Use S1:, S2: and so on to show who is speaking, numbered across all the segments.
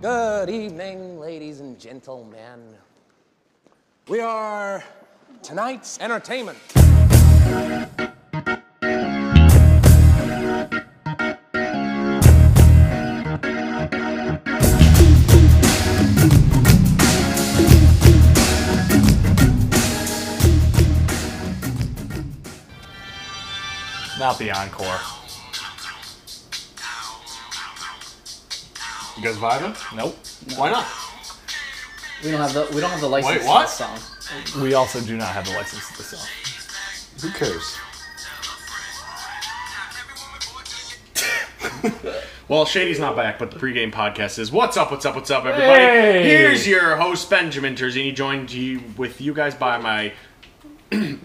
S1: Good evening, ladies and gentlemen. We are tonight's entertainment.
S2: Not the encore.
S3: You guys vibing?
S2: Nope.
S3: Why not?
S4: We don't have the we don't have the license
S3: Wait,
S4: to
S3: what?
S4: this song.
S2: We also do not have the license to the song.
S3: Who cares?
S5: Well, Shady's not back, but the pregame podcast is. What's up? What's up? What's up, everybody?
S2: Hey!
S5: Here's your host Benjamin Terzini, joined you with you guys by my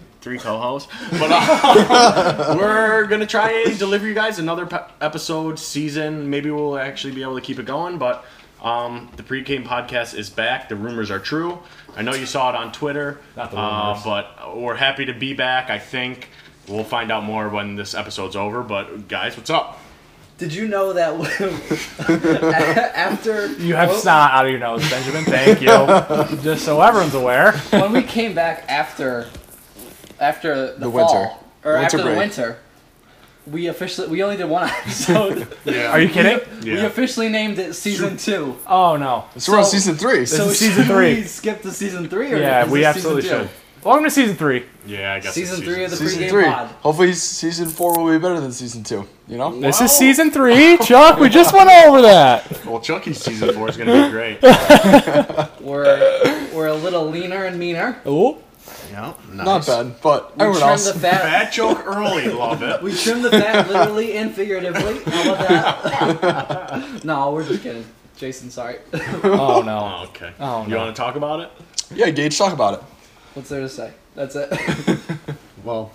S5: three co-hosts. But uh, we're gonna try and deliver you guys another pe- episode season. Maybe we'll actually be able to keep it going. But um, the pregame podcast is back. The rumors are true. I know you saw it on Twitter.
S2: Not the rumors.
S5: uh, but we're happy to be back. I think we'll find out more when this episode's over. But guys, what's up?
S4: Did you know that after
S2: You have
S4: well,
S2: snot out of your nose, Benjamin. Thank you. Just so everyone's aware.
S4: when we came back after after the, fall,
S3: winter.
S4: or
S3: Winter
S4: after the
S3: break.
S4: winter, we officially we only did one episode.
S2: Are you kidding?
S4: We officially named it season two.
S2: Oh no.
S3: So, we're on
S4: So-
S3: season three.
S2: So-
S4: So
S2: is season
S4: should
S2: three.
S4: We skip to season three, or
S2: Yeah,
S4: is
S2: we
S4: this
S2: absolutely
S4: season two?
S2: should. Welcome to season three.
S5: Yeah, I guess
S4: Season
S5: it's
S4: three of the
S3: season
S4: pregame
S3: three.
S4: pod.
S3: Hopefully, season four will be better than season two. You know?
S2: This is season three, Chuck. We just went over that.
S5: Well, Chucky's season four is gonna be great.
S4: We're we're a little leaner and meaner.
S2: Oh,
S5: yeah,
S3: Not bad, but
S4: We
S3: everyone
S4: trimmed
S3: else.
S4: the fat.
S5: Bad joke early, love it.
S4: We trimmed the fat literally and figuratively. How about that? no, we're just kidding. Jason, sorry.
S2: oh no.
S5: Oh, okay.
S2: Oh,
S5: you
S2: no.
S5: want to talk about it?
S3: yeah, Gage, talk about it.
S4: What's there to say? That's it.
S5: Well,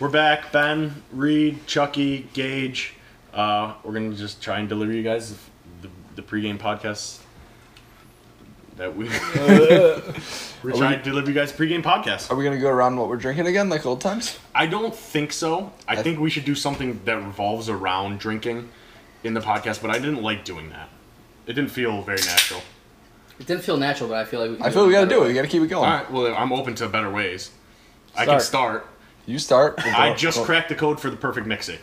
S5: we're back. Ben, Reed, Chucky, Gage. Uh, we're gonna just try and deliver you guys the, the pregame podcast that we. we're trying to deliver you guys pregame podcast.
S3: Are we gonna go around what we're drinking again, like old times?
S5: I don't think so. I think we should do something that revolves around drinking in the podcast, but I didn't like doing that. It didn't feel very natural.
S4: It didn't feel natural, but I feel like we. Can
S3: I feel we gotta do it. We gotta keep it going.
S5: All right. Well, I'm open to better ways. I can start.
S3: You start. we'll go.
S5: I just
S3: Go.
S5: cracked the code for the perfect mixie,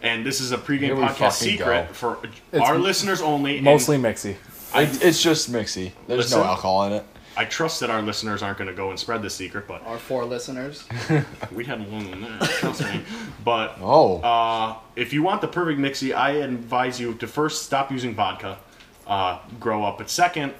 S5: and this is a pregame
S3: Here we
S5: podcast
S3: fucking
S5: secret
S3: go.
S5: for our listeners only. and
S2: Mostly mixy.
S3: It- it's just mixy. There's
S5: Listen.
S3: no alcohol in it.
S5: I trust that our listeners aren't going to go and spread the secret, but
S4: Our four listeners.
S5: we had more than that. Trust me. But
S3: Oh,
S5: uh, if you want the perfect mixie, I advise you to first stop using vodka, uh, grow up. But second,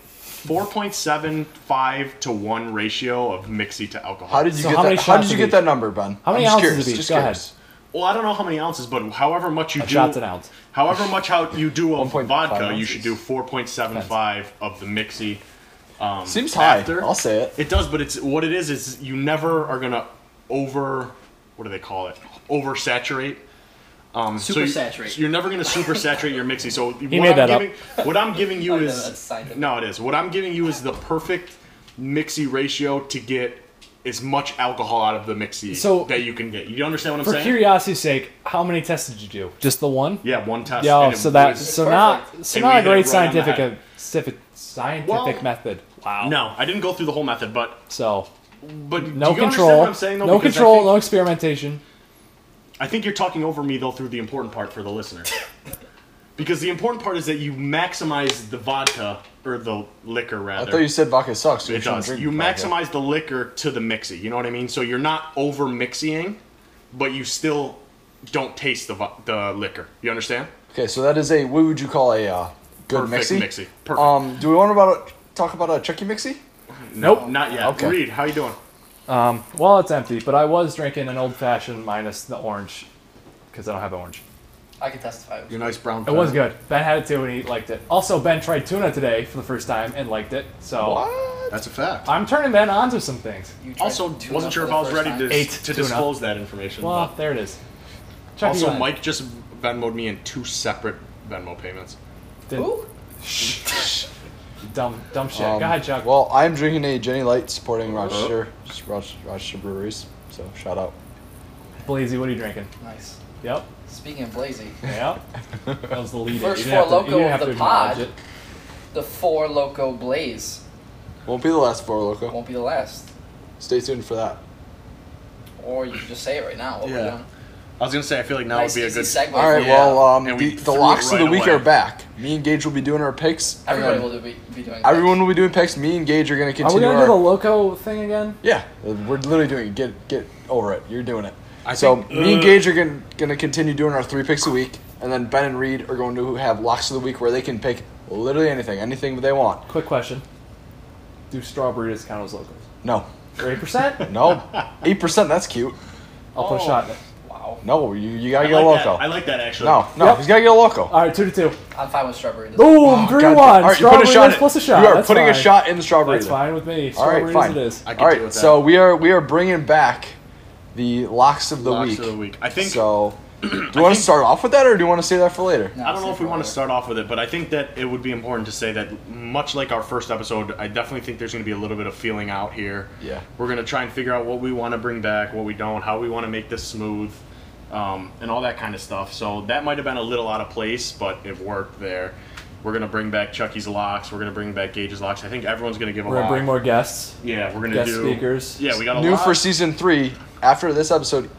S5: 4.75 to one ratio of mixie to alcohol.
S3: how did you
S2: So
S3: get
S2: how many
S3: that? How
S2: shots
S3: did you
S2: of
S3: get
S2: each?
S3: that number, Ben?
S2: How many
S3: I'm just
S2: ounces
S3: curious,
S2: of each?
S3: Just
S2: Go ahead.
S3: curious.
S5: Well, I don't know how many ounces, but however much you do,
S2: shot's an ounce.
S5: however much how you do of
S3: 1.5
S5: vodka, you
S3: ounces.
S5: should do 4.75 of the mixie. Um,
S3: Seems high.
S5: after.
S3: I'll say it.
S5: It does, but it's what it is is you never are gonna over what do they call it? Oversaturate. Um, so you-
S4: Supersaturate.
S5: so you're never gonna supersaturate your mixie. So he
S2: made that up.
S5: giving, What I'm giving you
S4: Oh, no,
S5: is
S4: that's scientific.
S5: no, it is. What I'm giving you is the perfect mixie ratio to get as much alcohol out of the mixie
S2: So-
S5: that you can get. You understand what I'm
S2: For
S5: saying?
S2: curiosity's sake, how many tests did you do? Just the one?
S5: Yeah, one test.
S2: Yeah,
S5: and it
S2: so that
S5: was-
S2: so
S4: perfect.
S2: not so
S5: And
S2: not
S5: we
S2: a
S5: hit it
S2: great
S5: right on the
S2: scientific
S5: head.
S2: scientific scientific
S5: Well-
S2: method. Wow.
S5: no, I didn't go through the whole method, but
S2: So
S5: but
S2: no
S5: do you understand
S2: control.
S5: what I'm saying, though?
S2: no
S5: Because I
S2: control.
S5: think-
S2: no experimentation.
S5: I think you're talking over me though through the important part for the listener. because the important part is that you maximize the vodka or the liquor
S3: I
S5: rather.
S3: thought you said vodka sucks. So you
S5: it
S3: shouldn't
S5: does.
S3: drink
S5: You
S3: vodka.
S5: maximize the liquor to the mixie. You know what I mean? So you're not over mixing, but you still don't taste the vo- the liquor. You understand?
S3: Okay, so that is a what would you call a uh, good
S5: Perfect
S3: mixie?
S5: mixie. Perfect.
S3: Um, do we want to about talk about a E. Chucky mixie?
S2: Nope.
S5: Not yet.
S3: Okay.
S5: Reed, how you doing?
S2: Well, it's empty, but I was drinking an old fashioned minus the orange because I don't have orange.
S4: I can testify.
S5: Your nice brown.
S2: It was good. Ben had it too, and he liked it. Also, Ben tried tuna today for the first time and liked it. So
S5: That's a fact.
S2: I'm turning Ben on to some things.
S4: You tried
S5: Also,
S4: tuna
S5: wasn't sure
S4: for
S5: if
S4: the
S5: I was
S4: first
S5: ready
S4: time.
S5: to,
S2: Ate
S5: to
S2: tuna.
S5: disclose that information.
S2: Well,
S5: but-
S2: there it is. Chuck, you
S5: Also,
S2: got it.
S5: Mike just Venmoed me in two separate Venmo payments.
S2: Didn't-
S4: Ooh,
S2: dumb, dumb shit.
S3: Um,
S2: Go ahead, Chuck.
S3: Well, I'm drinking a Jenny Light supporting
S5: Uh-huh.
S3: Rochester, Roch- Rochester breweries. So shout out.
S2: Blazy, what are you drinking?
S4: nice.
S2: Yep.
S4: Speaking of Blazy,
S2: Yep. That was the lead.
S4: First
S2: you didn't have to-
S4: Four
S2: you didn't
S4: Loko
S2: have
S4: of
S2: to
S4: the pod.
S2: acknowledge it.
S4: the four loco blaze.
S3: Won't be the last four loco.
S4: Won't be the last.
S3: Stay tuned for that.
S4: Or you can just say it right now. while we're
S5: Yeah.
S4: done.
S5: I was gonna say I feel like now
S4: nice
S5: would be a
S4: easy
S5: good.
S4: segue.
S3: All right.
S5: Yeah,
S3: Well, um,
S5: and
S3: the,
S5: we
S3: the
S5: threw it
S3: locks of
S5: right
S3: the week
S5: away.
S3: are back. Me and Gage will be doing our picks. and
S4: Everybody
S3: then
S4: will be, be doing. that.
S3: Everyone will be doing picks. Me and Gage are gonna
S2: Are we
S3: continue.
S2: gonna do
S3: our-
S2: the loco thing again?
S3: Yeah, we're literally doing it. Get get over it. You're doing it.
S5: I
S3: so
S5: think- uh,
S3: me and Gage are gonna, gonna continue doing our three picks a week, and then Ben and Reed are going to have locks of the week where they can pick literally anything, anything they want.
S2: Quick question. Do strawberries count as locos?
S3: No,
S2: Eight percent?
S3: no, eight percent. That's cute.
S2: I'll put a
S3: Oh.
S2: shot in it.
S4: Wow.
S3: No, you, you gotta
S5: I
S3: get
S5: like, that.
S3: loco.
S5: I like that actually.
S3: No, no,
S2: Yep.
S3: he's gotta get loco.
S2: All right, two to two.
S4: I'm fine with strawberry.
S2: Boom,
S3: Oh,
S2: three
S3: God,
S2: one.
S3: all right, you put
S2: strawberry
S3: shot
S2: is
S3: in-
S2: plus a shot.
S3: You are
S2: That's
S3: putting a
S2: fine.
S3: shot in strawberry.
S2: That's
S3: then.
S2: fine with me.
S3: All right,
S2: Strawberries
S3: fine.
S2: it is.
S5: I can
S3: All
S5: deal
S3: right,
S5: with that.
S3: so we are we are bringing back the locks of the
S5: Locks
S3: week.
S5: of the week. I think-
S3: so. Do you want to
S5: think-
S3: start off with that, or do you want to say that for later?
S5: I don't know if we want to start off with it, but I think that it would be important to say that, much like our first episode, I definitely think there's going to be a little bit of feeling out here.
S3: Yeah.
S5: We're going to try and figure out what we want to bring back, what we don't, how we want to make this smooth, um, and all that kind of stuff. So that might have been a little out of place, but it worked there. We're going to bring back Chucky's locks. We're going to bring back Gage's locks. I think everyone's going to give a
S2: We're gonna
S5: lock.
S2: bring more guests.
S5: yeah, we're going to
S2: guest
S5: do
S2: speakers.
S5: Yeah, we got a
S3: New
S5: lot.
S3: for season three. After this episode,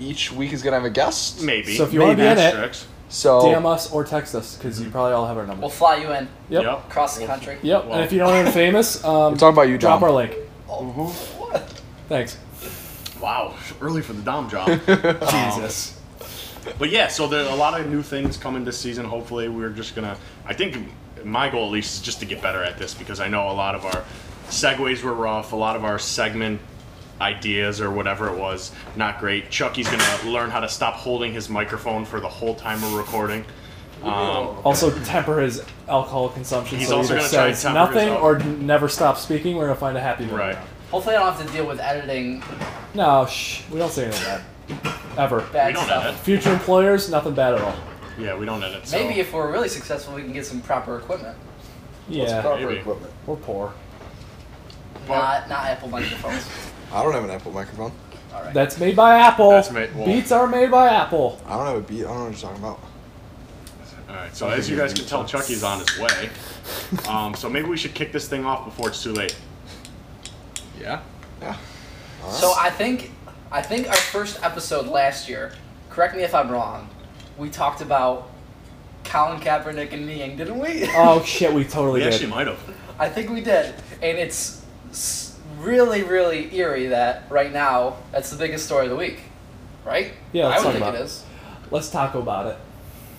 S3: each week is gonna have a guest.
S5: maybe.
S2: So if you wanna be
S5: Maybe.
S2: in it-
S5: Asterisks.
S3: So
S2: DM us or text us because you probably all have our number.
S4: We'll fly you in
S2: Yep. Yep.
S5: Yep.
S4: across the country.
S2: and if you don't ain't famous, um,
S3: we're talking about you,
S2: drop
S3: Dom. Mm-hmm.
S2: our link. Thanks.
S5: Wow, early for the Dom job.
S2: Jesus.
S5: But yeah, so there are a lot of new things coming this season. Hopefully, we're just gonna. I think my goal at least is just to get better at this because I know a lot of our segues were rough. A lot of our segment ideas or whatever it was not great. Chucky's gonna learn how to stop holding his microphone for the whole time we're recording. Um,
S2: Also, temper his alcohol consumption.
S5: He's
S2: so
S5: also
S2: either
S5: gonna try and
S2: says
S5: temper his
S2: nothing
S5: al-
S2: or n- never stop speaking. We're gonna find a happy middle
S5: right.
S2: ground.
S4: Hopefully, I don't have to deal with editing
S2: No, shh. We don't say anything bad. Ever.
S4: bad
S5: We don't
S4: stuff.
S5: edit.
S2: Future employers, nothing bad at all.
S5: Yeah, we don't edit. So.
S4: Maybe if we're really successful, we can get some proper equipment.
S2: Yeah,
S3: Proper
S5: Maybe.
S3: equipment.
S2: we're poor.
S4: not not Apple microphones.
S3: I don't have an Apple microphone.
S4: All right.
S2: That's made by Apple.
S5: That's made- well-
S2: Beats are made by Apple.
S3: I don't have a beat. I don't know what you're talking about.
S5: All right. So as you guys can tell, Chucky's on his way. Um, so maybe we should kick this thing off before it's too late. Yeah.
S3: Yeah. All right.
S4: So I think I think our first episode last year. Correct me if I'm wrong. We talked about Colin Kaepernick and Niang, didn't we?
S2: Oh shit, we totally
S5: We
S2: did.
S5: actually might have.
S4: I think we did, and it's s- really really eerie that right now that's the biggest story of the week, right?
S2: Yeah,
S4: I
S2: let's
S4: would
S2: talk
S4: think
S2: about
S4: it
S2: it.
S4: is.
S2: Let's talk about it.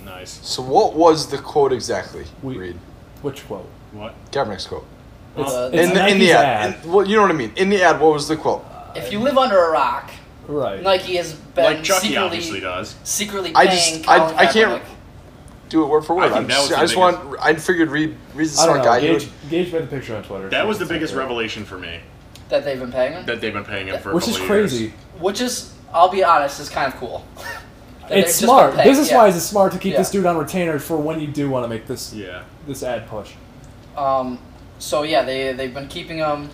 S5: Nice.
S3: So what was the quote exactly?
S2: We-
S3: Reed
S2: Which quote?
S5: What?
S3: Kaepernick's quote.
S2: It's,
S4: Uh,
S2: it's
S3: in the, in the
S2: Nike's
S3: ad. In- well, you know what I mean. In the ad, what was the quote?
S4: If you live under a rock,
S2: Right.
S4: Nike has been
S5: Like Chucky
S4: secretly
S5: obviously does.
S4: secretly
S3: I
S4: paying
S3: just- I-
S4: Colin
S3: I can't-
S4: Kaepernick.
S3: Do it word for
S5: I
S3: word.
S5: think
S3: I'm
S5: that was
S3: just,
S5: the
S3: I just
S5: biggest-
S3: want. I figured Reed. Reed's the
S2: I don't
S3: smart
S2: know.
S3: guy. He
S2: Gage,
S3: would-
S2: Gage made the picture on Twitter.
S5: That was the biggest revelation for me
S4: that they've been paying him.
S5: that they've been paying him for. a
S2: Which is
S5: couple
S2: crazy.
S5: Years.
S4: Which is, I'll be honest, is kind of cool. That
S2: It's
S4: they've just been
S2: smart.
S4: paying-
S2: Business wise, it's smart to keep this
S4: Yeah.
S2: dude on retainer for when you do want to make this
S5: Yeah.
S2: this ad push.
S4: Um, so yeah, they they've been keeping him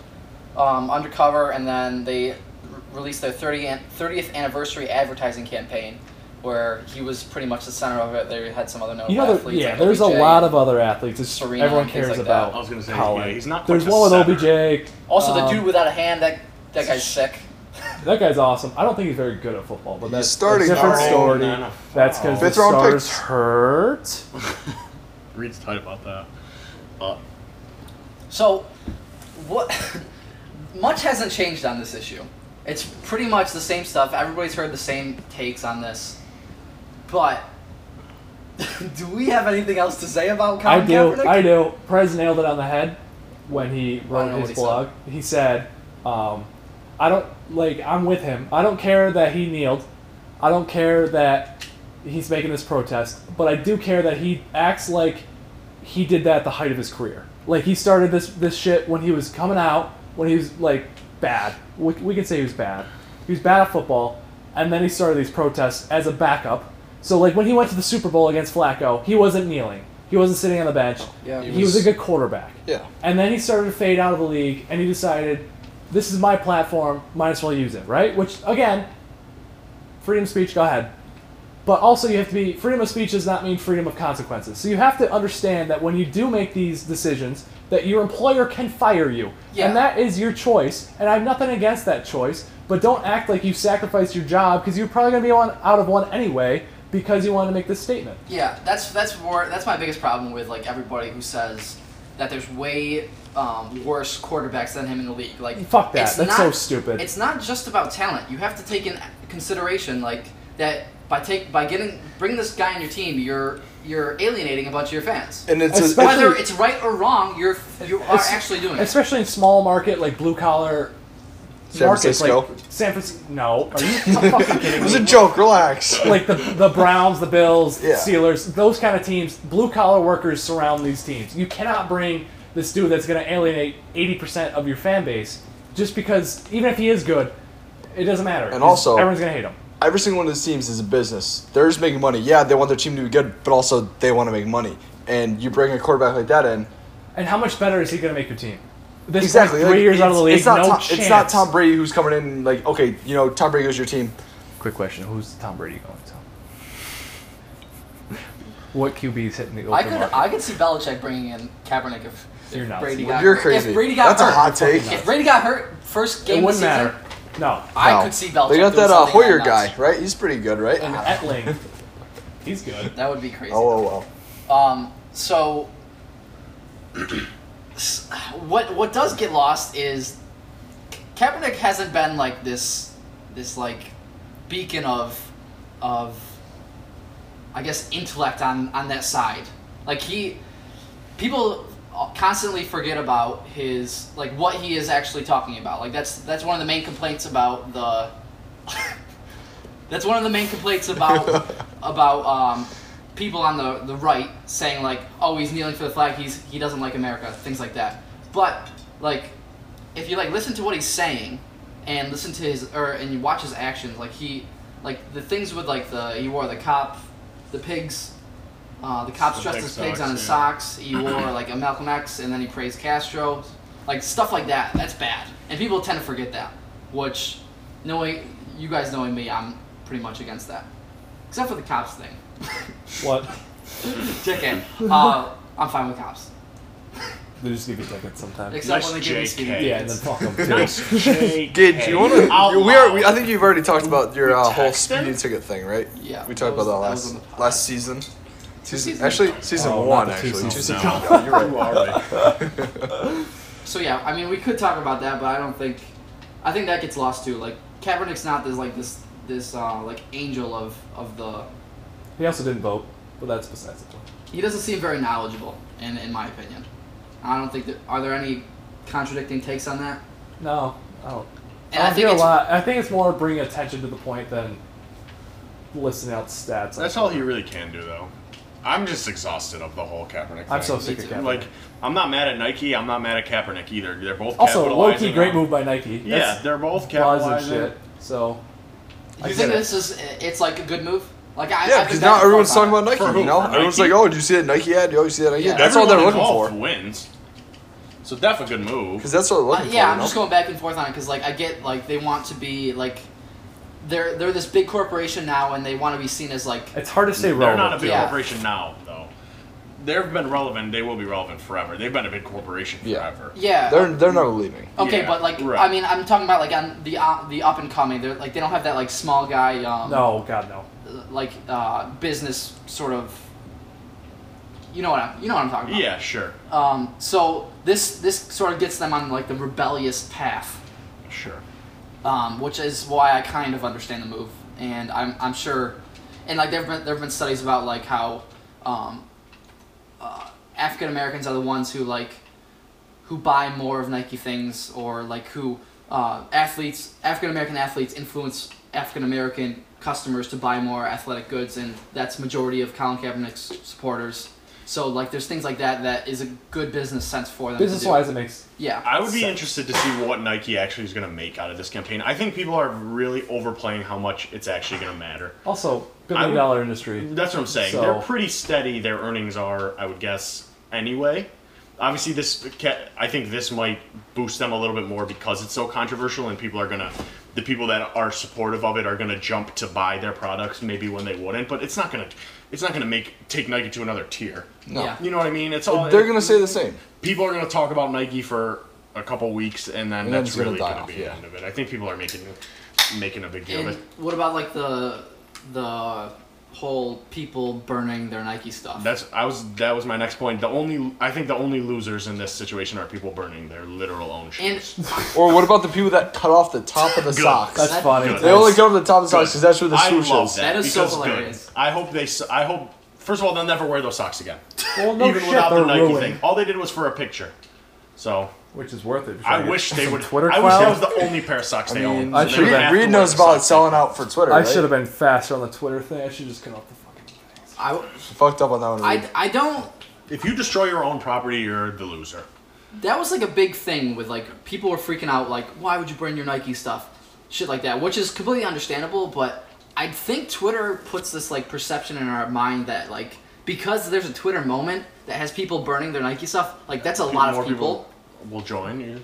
S4: um, undercover, and then they re- released their 30 an- 30th anniversary advertising campaign, where he was pretty much the center of it. They had some other notable
S2: You know, there,
S4: athletes.
S2: yeah,
S4: like
S2: there's a
S4: OBJ.
S2: lot of other athletes. It's,
S4: Serena
S2: everyone
S4: and things
S2: cares
S4: like that.
S2: about.
S5: I was gonna say,
S2: Colin.
S5: yeah, he's not
S2: There's
S5: quite
S2: one with
S5: the
S2: OBJ.
S4: Also, the
S2: um,
S4: dude without a hand. That that guy's sick.
S2: That guy's awesome. I don't think he's very good at football, but that's
S3: starting
S2: a different
S3: already.
S2: story.
S5: No, no.
S2: That's because the
S3: Fifth round
S2: stars
S3: picks.
S2: hurt.
S5: Reed's tight about that. Uh,
S4: So, what? much hasn't changed on this issue. It's pretty much the same stuff. Everybody's heard the same takes on this. But do we have anything else to say about
S2: I
S4: Colin
S2: do.
S4: Kaepernick?
S2: I do. Prez nailed it on the head when he
S4: know
S2: wrote
S4: what
S2: his
S4: he
S2: blog. He said, um, "I don't like. I'm with him. I don't care that he kneeled. I don't care that he's making this protest. But I do care that he acts like he did that at the height of his career. Like he started this this shit when he was coming out. When he was like bad. We, we can say he was bad. He was bad at football, and then he started these protests as a backup." So like when he went to the Super Bowl against Flacco, he wasn't kneeling. He wasn't sitting on the bench.
S4: Yeah.
S2: He was a good quarterback.
S3: Yeah.
S2: And then he started to fade out of the league, and he decided, this is my platform, might as well use it, right? Which, again, freedom of speech, go ahead. But also, you have to be freedom of speech does not mean freedom of consequences. So you have to understand that when you do make these decisions, that your employer can fire you,
S4: Yeah.
S2: and that is your choice. And I have nothing against that choice, but don't act like you sacrificed your job because you're probably going to be on, out of one anyway because you wanted to make this statement.
S4: Yeah, that's that's more that's my biggest problem with like everybody who says that there's way um, worse quarterbacks than him in the league. Like
S2: Fuck that.
S4: it's
S2: That's
S4: not-
S2: so stupid.
S4: It's not just about talent. You have to take in consideration like that by take by getting bring this guy on your team, you're you're alienating a bunch of your fans.
S3: And it's a,
S2: Especially-
S4: Whether it's right or wrong, you're you are
S2: It's-
S4: actually doing it.
S2: especially in small market like blue collar.
S3: San
S2: markets,
S3: Francisco.
S2: Like San Francisco. No, are you fucking kidding
S3: it
S2: me?
S3: was a joke. Relax.
S2: like the the Browns, the Bills,
S3: Yeah.
S2: Steelers, those kind of teams, blue collar workers surround these teams. You cannot bring this dude that's going to alienate 80% of your fan base just because even if he is good, it doesn't matter.
S3: And also-
S2: everyone's going to hate him.
S3: Every single one of these teams is a business. They're just making money. Yeah, they want their team to be good, but also they want to make money. And you bring a quarterback like that in,
S2: And how much better is he going to make your team? This
S3: exactly.
S2: exactly. Three
S3: like,
S2: years out of the
S3: it's-
S2: league,
S3: It's not,
S2: no
S3: Tom,
S2: chance.
S3: it's not Tom Brady who's coming in. and Like, okay, you know, Tom Brady goes to your team.
S2: Quick question: Who's Tom Brady going to? What QB is hitting the open
S4: I could I could see Belichick bringing in Kaepernick if, if
S2: You're nuts.
S4: Brady
S2: Well,
S4: got
S3: You're
S4: hurt.
S3: crazy.
S4: If Brady got
S3: That's
S4: hurt,
S3: a hot take.
S4: If Brady got hurt first
S2: it
S4: game of the
S2: wouldn't
S4: season,
S2: matter. No.
S4: I
S3: No.
S4: could see Belichick.
S3: They got
S4: doing
S3: that uh,
S4: something
S3: Hoyer
S4: like that.
S3: guy, right? He's pretty good, right?
S2: And
S3: Oh,
S2: Etling, he's good.
S4: That would be crazy.
S3: oh, well.
S4: Um, so s- what what does get lost is Kaepernick hasn't been like this this like beacon of of I guess intellect on on that side. Like he people constantly forget about his like what he is actually talking about. Like that's that's one of the main complaints about the that's one of the main complaints about about um, people on the, the right saying like, oh, he's kneeling for the flag. He's he doesn't like America. Things like that. But like, if you like listen to what he's saying, and listen to his or and you watch his actions, like he like the things with like the he wore the cop, the pigs. Uh, the cops
S5: The
S4: dressed
S5: pig
S4: as pigs
S5: socks,
S4: on his
S5: yeah.
S4: socks. He wore like a Malcolm X, and then he praised Castro, like stuff like that. That's bad, and people tend to forget that. Which, knowing you guys knowing me, I'm pretty much against that, except for the cops thing.
S2: What?
S4: Chicken. Uh, I'm fine with cops,
S2: They just give you tickets sometimes.
S4: except
S5: Nice
S4: when they give me
S5: JK.
S4: speeding
S2: Yeah, and then
S4: tickets.
S2: fuck them too.
S5: Nice shake.
S3: Dude, do you want to? We are. We, I think you've already talked about your uh, whole
S5: text him?
S3: speeding ticket thing, right?
S4: Yeah,
S3: We talked
S4: that was-
S3: about that
S4: that was
S3: last
S4: on the pod.
S3: last season. Season,
S4: seasons
S3: actually,
S4: ago.
S3: season
S2: Oh,
S3: one.
S2: not the two
S3: actually, two
S2: seasons
S3: seasons
S5: ago.
S3: ago. You're right.
S4: So yeah, I mean, we could talk about that, but I don't think, I think that gets lost too. Like Kaepernick's not this like this this uh, like angel of of the.
S2: He also didn't vote, but that's besides the point.
S4: He doesn't seem very knowledgeable, in in my opinion. I don't think that. Are there any contradicting takes on that?
S2: No, I don't.
S4: And
S2: I,
S4: I
S2: don't
S4: think
S2: hear a
S4: it's-
S2: lot. I think it's more bringing attention to the point than listing out stats.
S5: That's all he really can do, though. I'm just exhausted of the whole Kaepernick.
S2: I'm
S5: thing.
S2: so sick of
S4: Me too.
S2: Kaepernick.
S5: Like, I'm not mad at Nike. I'm not mad at Kaepernick either. They're both
S2: also, low key,
S5: capitalizing
S2: great
S5: on-
S2: move by Nike.
S5: Yeah,
S2: That's
S5: they're both
S2: laws and
S5: capitalizing.
S2: shit. So
S4: You
S3: get
S4: think
S3: it.
S4: this is it's like a good move? Like I
S3: Yeah,
S4: I've
S3: because
S4: been
S3: now
S4: back and
S3: everyone's
S4: forth
S3: talking
S4: on
S3: about
S4: it.
S3: Nike.
S5: For who?
S3: you know,
S5: For
S3: everyone's
S5: Nike?
S3: like, "Oh, do you see that Nike ad? Do you always see that Nike?"
S4: Yeah.
S3: ad? That's all they're
S5: Everyone
S3: looking
S5: involved
S3: for.
S5: Wins. So that's a good move.
S3: Because that's what they're
S4: Uh,
S3: looking for.
S4: yeah,
S3: you
S4: I'm
S3: know?
S4: just going back and forth on it because like I get like they want to be like they're they're this big corporation now and they want to be seen as like
S2: it's hard to stay
S5: They're
S2: relevant.
S5: not a big
S4: Yeah.
S5: corporation now, though. They've been relevant. They will be relevant forever. They've been a big corporation
S3: Yeah.
S5: forever.
S4: yeah
S3: They're they're never leaving.
S4: okay
S5: yeah,
S4: but like
S5: right.
S4: I mean I'm talking about like on the uh, the up and coming they're like they don't have that like small guy um
S2: No, God, no.
S4: like uh business sort of you know what I'm, you know what I'm talking about
S5: Yeah, sure,
S4: um so this this sort of gets them on like the rebellious path
S5: sure.
S4: um, which is why I kind of understand the move, and I'm, I'm sure, and like there've been there've been studies about like how um, uh, African Americans are the ones who like who buy more of Nike things or like who uh, athletes African American athletes influence African American customers to buy more athletic goods, and that's majority of Colin Kaepernick's supporters. So like there's things like that that is a good business sense for them. to do.
S2: Business wise, it makes.
S4: yeah.
S5: I would be interested to see what Nike actually is going to make out of this campaign. I think people are really overplaying how much it's actually going to matter.
S2: Also,
S5: I
S2: billion
S5: would-
S2: dollar industry.
S5: That's what I'm saying.
S2: So-
S5: They're pretty steady. Their earnings are, I would guess, anyway. Obviously, this ca- I think this might boost them a little bit more because it's so controversial and people are gonna the people that are supportive of it are going to jump to buy their products maybe when they wouldn't, but it's not going to it's not going to make take Nike to another tier.
S4: Yeah.
S5: You know what I mean? It's
S4: Oh,
S5: all
S3: They're gonna say the same.
S5: people are going to talk about Nike for a couple weeks, and then
S3: And then
S5: that's
S3: it's gonna
S5: really
S3: die
S5: going
S3: off,
S5: to be
S3: yeah.
S5: the end of it. I think people are making making a big deal of
S4: And
S5: it.
S4: what about like the the whole people burning their Nike stuff?
S5: That's I was that was my next point. The only I think the only losers in this situation are people burning their literal own
S4: and
S5: shoes.
S3: Or what about the people that cut off the top of the
S5: Good.
S3: socks?
S2: That's
S4: That-
S2: funny.
S5: Good.
S3: they only cut off the top of the socks because that's where the
S5: I
S3: swoosh
S5: love
S3: is.
S5: that.
S4: That is so
S5: because good.
S4: hilarious.
S5: I hope they. s- I hope first of all they'll never wear those socks again.
S2: Well, no
S5: Even
S2: shit,
S5: without
S2: they're
S5: the Nike
S2: ruined.
S5: thing, all they did was for a picture. So
S2: Which is worth it.
S5: I wish they would.
S2: Twitter
S5: I wish that
S2: clout?
S5: was the only pair of socks they owned.
S2: I
S5: so they
S2: should've
S5: would
S2: been-
S5: have to
S3: Reed
S5: wear
S3: knows
S5: the
S3: about
S5: socks.
S3: selling out for Twitter.
S2: I
S3: right?
S2: should have been faster on the Twitter thing. I should just cut off the fucking things.
S4: I,
S3: fucked up on that one. Reed.
S4: I, I don't.
S5: If you destroy your own property, you're the loser.
S4: That was like a big thing with like people were freaking out like why would you burn your Nike stuff, shit like that, which is completely understandable. But I think Twitter puts this like perception in our mind that like because there's a Twitter moment that has people burning their Nike stuff, like that's a lot
S5: More
S4: of people.
S5: will join you.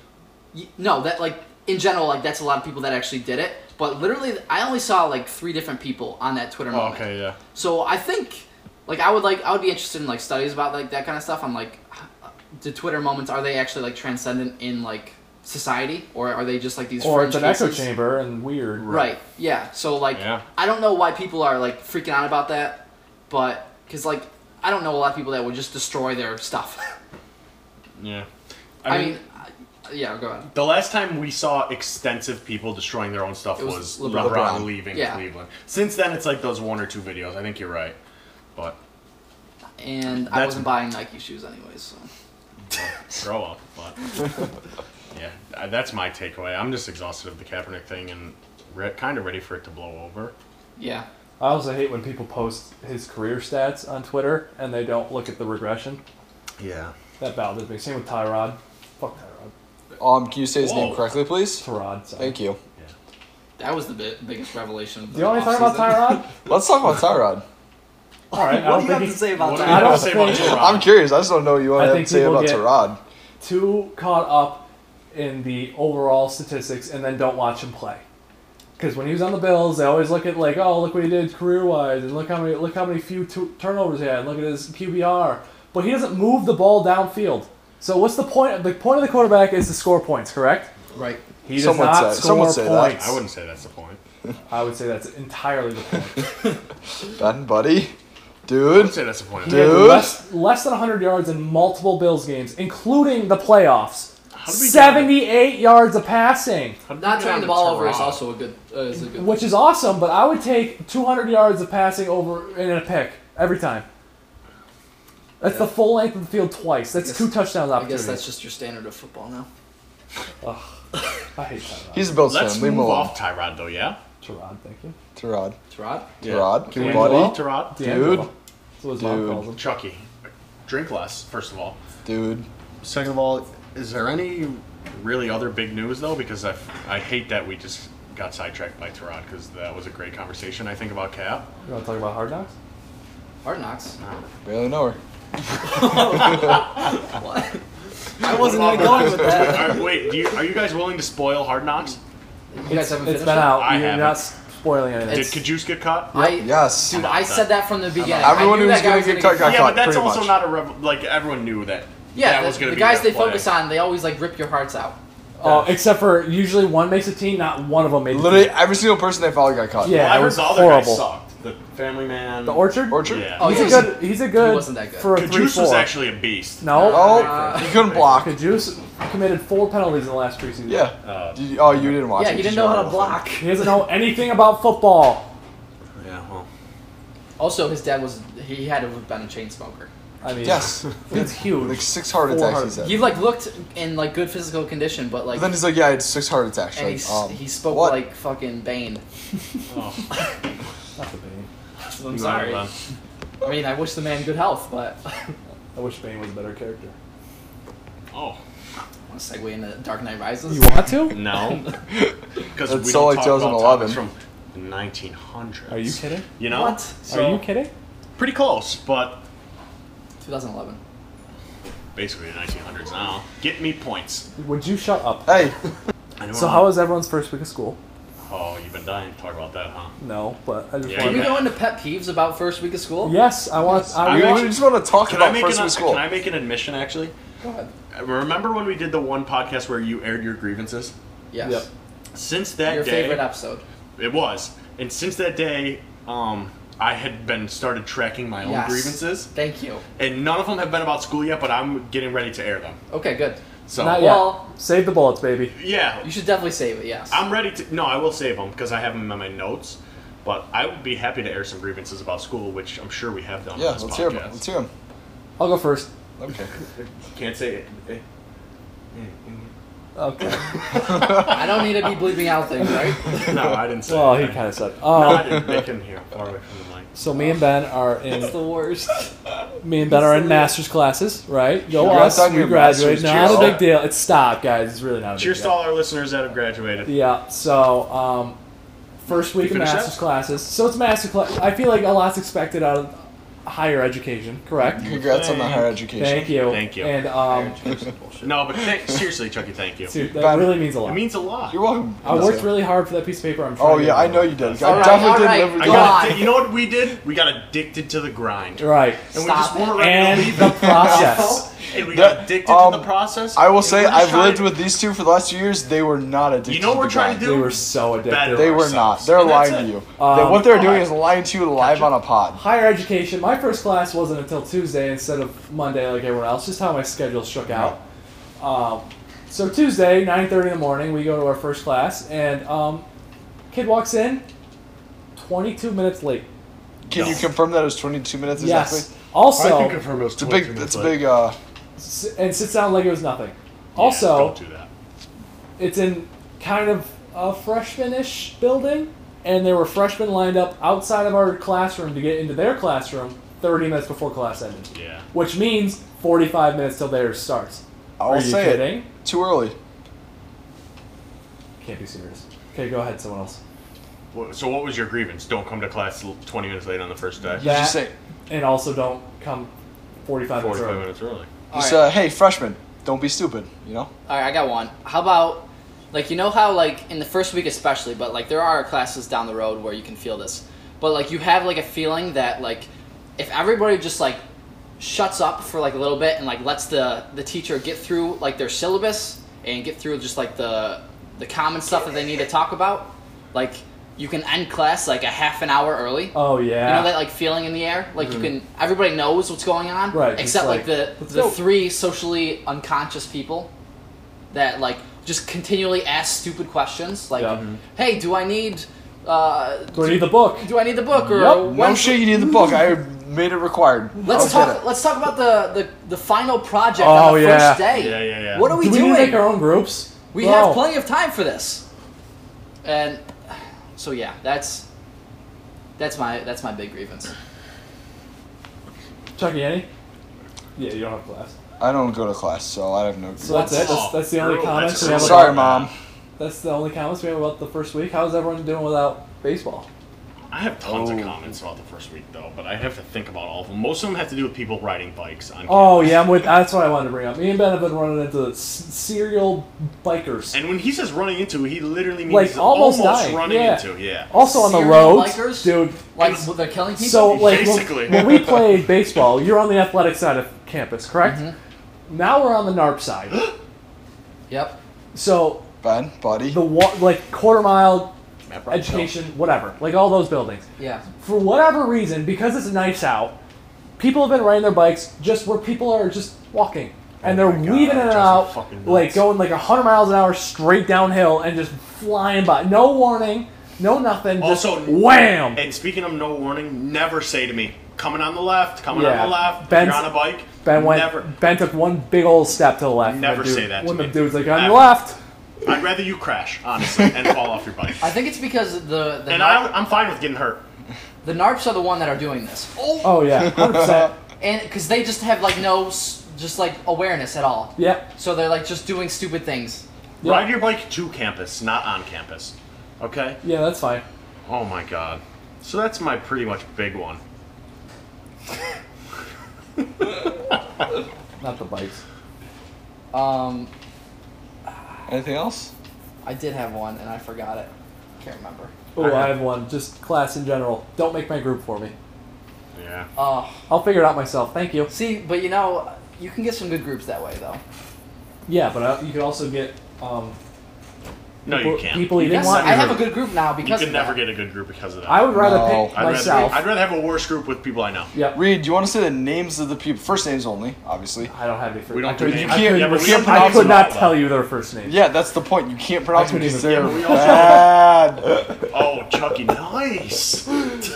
S4: Y- no that like in general like that's a lot of people that actually did it but literally i only saw like three different people on that twitter
S5: Oh,
S4: moment
S5: okay, yeah.
S4: so i think like i would like i would be interested in like studies about like that kind of stuff i'm like the twitter moments are they actually like transcendent in like society or are they just like these
S2: Or
S4: fringe
S2: it's an echo
S4: cases?
S2: chamber and weird.
S4: right yeah so like
S5: Yeah.
S4: i don't know why people are like freaking out about that but because like i don't know a lot of people that would just destroy their stuff
S5: Yeah.
S4: i mean, I yeah go ahead
S5: The last time we saw extensive people destroying their own stuff
S4: It
S5: was,
S4: was
S5: LeBron,
S4: LeBron.
S3: LeBron.
S5: leaving
S4: Yeah.
S5: Cleveland. Since then, it's like those one or two videos. I think you're right, but
S4: and i
S5: That's-
S4: wasn't buying nike shoes anyways so
S5: grow up. But yeah, I- that's my takeaway. I'm just exhausted of the Kaepernick thing and re- kind of ready for it to blow over.
S4: Yeah.
S2: I also hate when people post his career stats on Twitter and they don't look at the regression.
S5: Yeah.
S2: That bothers me. Same with Tyrod. Fuck Tyrod.
S3: Um, can you say his name
S5: Whoa.
S3: correctly, please?
S2: Tyrod. Sorry.
S3: Thank you.
S5: Yeah.
S4: That was the bi- biggest revelation of the
S2: Do you want to talk about Tyrod?
S3: Let's talk about Tyrod.
S2: All right. I don't
S4: What do you
S2: think
S4: have to
S2: he's-
S4: say about
S5: What do you
S2: I
S4: that?
S2: don't
S5: have to say about
S2: think-
S5: Tyrod?
S3: I'm curious. I just don't know what you
S2: I
S3: want to
S2: think
S3: say
S2: people
S3: about
S2: get-
S3: Tyrod.
S2: too caught up in the overall statistics and then don't watch him play. Because when he was on the Bills, they always look at like, oh, look what he did career wise, and look how many look how many few tu- turnovers he had, and look at his QBR. But he doesn't move the ball downfield. So what's the point? The point of the quarterback is to score points, correct?
S4: Right.
S2: He does
S3: Some would
S2: not
S3: say- some
S2: score
S3: would say that.
S2: points.
S5: I wouldn't say that's the point.
S2: I would say that's entirely the point.
S3: Ben, buddy,
S5: I would
S3: dude.
S5: say that's the point.
S2: He had
S3: Dude.
S2: less, less than 100 yards in multiple Bills games, including the playoffs.
S5: did we get-
S2: 78 yards of passing.
S4: Not turning the ball over is also a good. Uh, is a good.
S2: which is awesome. But I would take 200 yards of passing over in a pick every time. That's the full length of the field twice. That's
S4: guess-
S2: two touchdowns
S4: I guess
S2: opportunities.
S4: that's just your standard of football now.
S2: I hate Tyrod.
S3: He's a Bills
S5: Let's
S3: fan. Leave
S5: move
S3: him alone.
S5: off Tyrod though. Yeah.
S2: Tyrod, thank you.
S3: Tyrod.
S4: Tyrod.
S3: Tyrod,
S5: Can we
S3: buddy.
S5: move off Tyrod?
S2: D'Angelo.
S3: Dude.
S2: That's what his mom
S3: Dude.
S2: calls him.
S5: Chucky, drink less. First of all.
S3: Dude.
S5: Second of all, is there any really other big news though? Because I, f- I hate that we just got sidetracked by Tyrod because that was a great conversation I think about Cap.
S2: You want to talk about hard knocks?
S4: Hard knocks.
S3: Barely know her.
S4: What? I wasn't even going with that.
S5: All right, wait, do you, are you guys willing to spoil Hard Knocks?
S4: You
S2: It's
S4: guys haven't finished.
S2: been out.
S5: I
S2: You're
S5: haven't.
S2: not spoiling anything.
S5: Did
S4: It's-
S5: Kajus get cut?
S4: I,
S3: Yes.
S4: Dude, I said that from the beginning.
S3: Everyone
S4: I knew
S3: who was
S4: that guy
S3: gonna
S4: was
S3: get
S4: gonna
S3: cut got
S5: yeah,
S3: caught,
S5: but that's
S3: pretty
S5: also
S3: much.
S5: not a rev- like everyone knew that.
S4: Yeah,
S5: that was
S4: the,
S5: going to
S4: the
S5: be
S4: guys
S5: their
S4: they
S5: play.
S4: focus on, they always like rip your hearts out.
S2: Oh, except for usually one makes a team, not one of them made. the
S3: Literally
S2: team.
S3: every single person they followed got caught.
S2: Yeah.
S5: I
S2: That
S5: heard
S2: was
S5: the other guy
S2: horrible.
S5: sucked. The Family Man.
S2: The Orchard.
S3: Orchard.
S5: Yeah.
S4: Oh,
S2: He's
S4: yeah.
S2: a good. He's a good.
S4: wasn't that good.
S2: For a three
S5: Kajus was
S2: four.
S5: actually a beast.
S2: no.
S3: Oh,
S4: Uh,
S3: he couldn't block.
S2: Kajus committed four penalties in the last preseason.
S3: Yeah.
S5: Uh,
S3: Did you- oh, you didn't watch.
S4: Yeah,
S3: it.
S4: you didn't
S3: just
S4: know how to
S3: watched
S4: block.
S2: He doesn't know anything about football.
S5: Yeah, well.
S4: Also, his dad was he had to have been a chain smoker.
S2: I mean,
S3: Yes.
S2: it's huge.
S3: Like six heart
S2: Four
S3: attacks. He
S2: heart-
S3: said.
S4: He like looked in like good physical condition, but like
S3: But then he's like, yeah, I had six heart attacks.
S4: and he,
S3: Like,
S4: s-
S3: um,
S4: he spoke
S3: what?
S4: like fucking Bane.
S5: Oh,
S2: Not the Bane.
S4: I'm sorry.
S5: well,
S4: I mean, I wish the man good health, but I
S2: I wish Bane was a better character.
S5: Oh,
S4: want to segue into Dark Knight Rises.
S2: to?
S5: no. Because
S3: That's
S5: we
S3: so
S5: don't
S3: like
S5: talk about topics
S3: 2011.
S5: from the 1900s.
S2: Are you kidding?
S5: You know?
S4: What?
S5: So,
S2: Are you kidding?
S5: Pretty close, but
S4: 2011.
S5: basically the 1900s now. Get me points.
S2: Would you shut up?
S3: Hey,
S5: I know
S2: So
S5: I'm- Oh,
S2: how was everyone's first week of school?
S5: You've been dying to talk about that, huh?
S2: No, but I just
S5: Yeah,
S4: Can
S2: want.
S4: we
S5: yeah.
S2: to
S4: go into pet peeves about first week of school?
S2: Yes, I want. I
S5: I
S3: We
S2: want.
S5: actually-
S3: just want to talk
S5: Can I
S3: about
S5: make
S3: first
S5: an
S3: week school.
S5: Can I make an admission? Actually,
S4: Go ahead.
S5: remember when we did the one podcast where you aired your grievances?
S4: Yes.
S2: Yep.
S5: Since that
S4: Your
S5: day,
S4: favorite episode.
S5: It was. And since that day, um, I had been started tracking my own
S4: Yes.
S5: grievances,
S4: Thank you.
S5: and none of them have been about school yet. But I'm getting ready to air them.
S4: Okay, good.
S5: So
S2: Not
S4: Well-
S2: yet. Save the bullets, baby.
S5: yeah,
S4: You should definitely save it. Yes.
S5: I'm ready to. No, I will save them because I have them in my notes. But I would be happy to air some grievances about school, which I'm sure we have done.
S3: Yeah,
S5: on this
S3: let's hear
S5: podcast.
S3: him. Let's hear him.
S2: I'll go first.
S3: Okay.
S5: Can't say it. Eh,
S2: Okay.
S4: I don't need to be bleeping out things, right?
S5: eh. No, I didn't say.
S2: Well, he
S5: it.
S2: kind of said.
S5: No, I
S2: Um,
S5: didn't. They couldn't hear. Far away from the mic.
S2: so me and Ben are in.
S4: It's the worst.
S2: Me and Ben are in master's classes, right? Go
S3: Congrats
S2: us.
S3: on
S2: We
S3: your
S2: graduated.
S3: master's.
S2: Not a
S3: Cheers.
S2: big deal. It's stop, guys. It's really not a
S5: Cheers
S2: big
S5: to
S2: deal.
S5: all our listeners that have graduated.
S2: Yeah. So, um, first week
S5: You
S2: of
S5: finish
S2: master's
S5: up?
S2: classes. So it's master class. I feel like a lot's expected out of higher education. Correct.
S3: Congrats on the higher education.
S2: Thank you.
S5: Thank you.
S2: And um,
S5: No, but th- seriously, Chucky, thank you.
S2: dude, that
S3: Ben.
S2: really means a lot.
S5: It means a lot.
S3: You're welcome.
S2: I worked really hard for that piece of paper. I'm.
S3: Oh
S2: trying to-
S3: yeah, I know you did. I
S4: Alright,
S3: definitely
S4: alright.
S3: didn't
S5: I
S3: live with
S5: got
S4: God.
S5: addi- you know what we did? We got addicted to the grind. And
S2: Right.
S5: we
S4: Stop
S5: just weren't
S4: it.
S5: ready to
S2: And
S5: leave
S2: the
S5: it.
S2: process.
S5: And we
S3: That-
S5: got addicted
S3: um,
S5: to the process.
S3: I will
S5: and
S3: say
S5: we're just
S3: I've lived
S5: trying-
S3: with these two for the last two years. They were not addicted.
S5: You know what
S3: to
S5: we're
S3: the
S5: trying to
S3: grind.
S5: do?
S2: They were so addicted.
S3: They were not.
S5: ourselves.
S3: They're
S5: And that's
S3: lying to you.
S5: it. Um,
S3: They- what they're doing
S5: Alright.
S3: is lying to you live on a pod.
S2: higher education. My first class wasn't until Tuesday instead of Monday like everyone else. Just how my schedule shook out. Um, so Tuesday, nine thirty in the morning, we go to our first class, and um, kid walks in, twenty two minutes late.
S3: Can you confirm that it was 22 minutes exactly?
S2: Yes. Also,
S5: confirm it was
S3: It's a big. It's a big. Uh,
S2: s- and sits down like it was nothing. Also,
S5: don't do that.
S2: it's in kind of a freshman-ish building, and there were freshmen lined up outside of our classroom to get into their classroom thirty minutes before class ended.
S5: Yeah.
S2: Which means 45 minutes till theirs starts.
S3: I'll
S2: Are you
S3: say
S2: kidding?
S3: it. Too early.
S2: Can't be serious. Okay, go ahead, someone else.
S5: Wha- So what was your grievance? Don't come to class l- 20 minutes late on the first day.
S3: You
S2: That-
S3: just say.
S2: And also don't come 45 minutes
S5: 45
S2: early.
S5: minutes early.
S3: Just
S4: Alright.
S3: uh, hey, freshman, don't be stupid. You know.
S4: All right, I got one. How about like you know how like in the first week especially, but like there are classes down the road where you can feel this. But like you have like a feeling that like if everybody just like shuts up for like a little bit and like lets the the teacher get through like their syllabus and get through just like the the common stuff that they need to talk about, like you can end class like a half an hour early.
S2: Oh, yeah. Mm-hmm.
S4: You know that like feeling in the air, like you can. Everybody knows what's going on,
S2: Right, it's
S4: Except
S2: like,
S4: like, the
S2: let's
S4: the
S2: go.
S4: three socially unconscious people that like just continually ask stupid questions, like,
S2: Yeah.
S5: Mm-hmm.
S2: Mhm.
S4: "Hey, do I need? Uh,
S2: Do I need the book?
S4: do I need the book?" Or
S2: Yup.
S4: when's
S3: No
S4: the-
S3: shit, you need the book. I made it required.
S4: Let's
S3: I'll get
S4: talk.
S3: it.
S4: Let's talk about the the, the final project
S2: Oh,
S4: on the
S2: yeah.
S4: first day.
S5: Yeah, yeah, yeah.
S4: What are we
S2: Do we
S4: doing?
S2: need to make our own groups?
S4: we
S2: No.
S4: have plenty of time for this. And so yeah, that's that's my that's my big grievance.
S2: Chucky, any? Yeah, you don't have class.
S3: I don't go to class, so I have no.
S2: So that's it. That's,
S5: Oh,
S2: that's the only
S5: girl,
S2: comments
S5: that's
S2: we have.
S5: so
S3: Sorry,
S2: about,
S3: mom.
S2: That's the only comments we have about the first week. How's everyone doing without baseball?
S5: I have tons
S3: Oh.
S5: of comments about the first week, though, but I have to think about all of them. Most of them have to do with people riding bikes on
S2: Oh
S5: campus.
S2: yeah, I'm with. That's what I wanted to bring up. Me and Ben have been running into s- serial bikers.
S5: And when he says running into, he literally means
S2: Like,
S5: he's
S2: almost
S5: almost,
S2: dying,
S5: running
S2: yeah.
S5: into. Yeah.
S2: also on the
S4: Serial
S2: road,
S4: bikers?
S2: dude.
S4: Like they're killing people.
S2: So like when-
S5: Basically.
S2: when, we played baseball, you're on the athletic side of campus, correct?
S4: Mm-hmm.
S2: Now we're on the NARP side.
S4: yep.
S2: So
S3: Ben, buddy.
S2: the wa- like quarter mile
S5: Matt Brown,
S2: education, whatever, like all those buildings.
S4: Yeah.
S2: For whatever reason, because it's nice out, people have been riding their bikes just where people are just walking. And
S5: Oh
S2: they're
S5: my God,
S2: weaving in
S5: that
S2: and
S5: drives me
S2: out,
S5: fucking nuts.
S2: like going like 100 miles an hour straight downhill and just flying by. No warning, no nothing. Just
S5: Also-
S2: wham!
S5: And speaking of no warning, never say to me, coming on the left, coming
S2: Yeah.
S5: on the left,
S2: Ben's-
S5: you're on a bike.
S2: Ben went.
S5: Never.
S2: Ben took one big old step to the left. and
S5: Never
S2: the dude-
S5: say that to
S2: When the
S5: me.
S2: dude's like on
S5: Ever.
S2: your left,
S5: I'd rather you crash, honestly, and fall off your bike.
S4: I think it's because the the,
S5: And I,
S4: nar-
S5: I'm fine with getting hurt.
S4: the narps are the one that are doing this,
S2: oh yeah, hundred percent.
S4: and because they just have like no s- just like awareness at all.
S2: Yep.
S4: So they're like just doing stupid things.
S2: Yeah.
S5: Ride your bike to campus, not on campus. Okay?
S2: Yeah, that's fine.
S5: Oh my god. So that's my pretty much big one.
S2: Not the bikes.
S4: Um,
S3: Anything else?
S4: I did have one and I forgot it. Can't remember.
S2: Oh, I have one. Just class in general. Don't make my group for me.
S5: Yeah.
S3: Uh,
S4: Oh,
S2: I'll figure it out myself. Thank you.
S4: see, but you know, you can get some good groups that way, though.
S2: Yeah, but I, you could also get um,
S5: No, you
S2: people-
S5: can't.
S2: people you didn't
S4: That's-
S2: want.
S4: I have a good group now
S5: you
S4: because
S5: could
S4: of
S5: never
S4: that.
S5: get a good group because of that.
S2: I would rather
S3: No.
S2: pick
S5: I'd rather,
S2: myself.
S5: I'd rather have a worse group with people I know.
S2: yep.
S3: Reed, do you want to say the names of the people? First names only, obviously.
S2: I don't have any first.
S5: We don't
S2: I couldn't-
S5: do names.
S2: I
S3: You can't-
S2: couldn't-
S5: yeah, but we
S3: can't
S5: don't
S2: I
S5: pronounce
S2: could
S5: them
S2: not
S5: out
S2: tell
S5: loud.
S2: you their first name.
S3: Yeah, that's the point. You can't pronounce them
S2: couldn't
S3: because
S2: even-
S3: they're
S5: yeah, we also-
S3: bad.
S5: Oh, Chucky, nice, nice.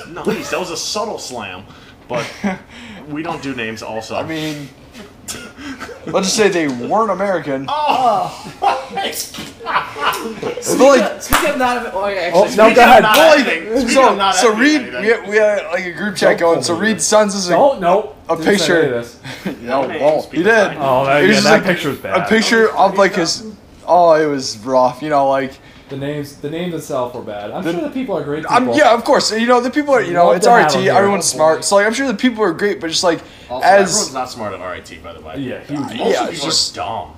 S5: That was a subtle slam, but we don't do names. Also,
S3: I mean, let's just say they weren't American. Oh, like,
S4: Speaking of not, oh, yeah,
S2: Oh,
S4: actually,
S2: no, go ahead.
S5: not
S3: like,
S5: editing. Speaking of
S3: so,
S5: not
S3: so
S5: editing
S3: Reed,
S5: anything.
S3: we had, we had like a group chat
S2: Don't pull
S3: going. So
S2: me.
S3: Reed sends us a,
S2: Oh no.
S3: A
S2: Didn't say
S3: picture.
S2: any of this.
S3: no,
S5: names,
S3: won't. he
S5: people
S3: did.
S5: sign.
S2: Oh, that, yeah,
S3: It was just
S2: that
S3: like
S2: picture's
S3: a
S2: bad.
S3: picture of like his. Oh, it was rough. You know, like
S2: The names, the names itself were bad. I'm
S3: The-
S2: sure the people are great people.
S3: I'm, yeah, of course. You know, the people are. You know,
S2: Love
S3: it's
S2: to have
S3: RIT.
S2: him here.
S3: Everyone's
S2: Oh, boy.
S3: smart. So like, I'm sure the people are great, but just like
S5: Also,
S3: as
S5: everyone's not smart at RIT, by the way.
S2: Yeah, huge.
S5: Most
S3: Yeah,
S5: people
S3: it's just-
S5: are dumb.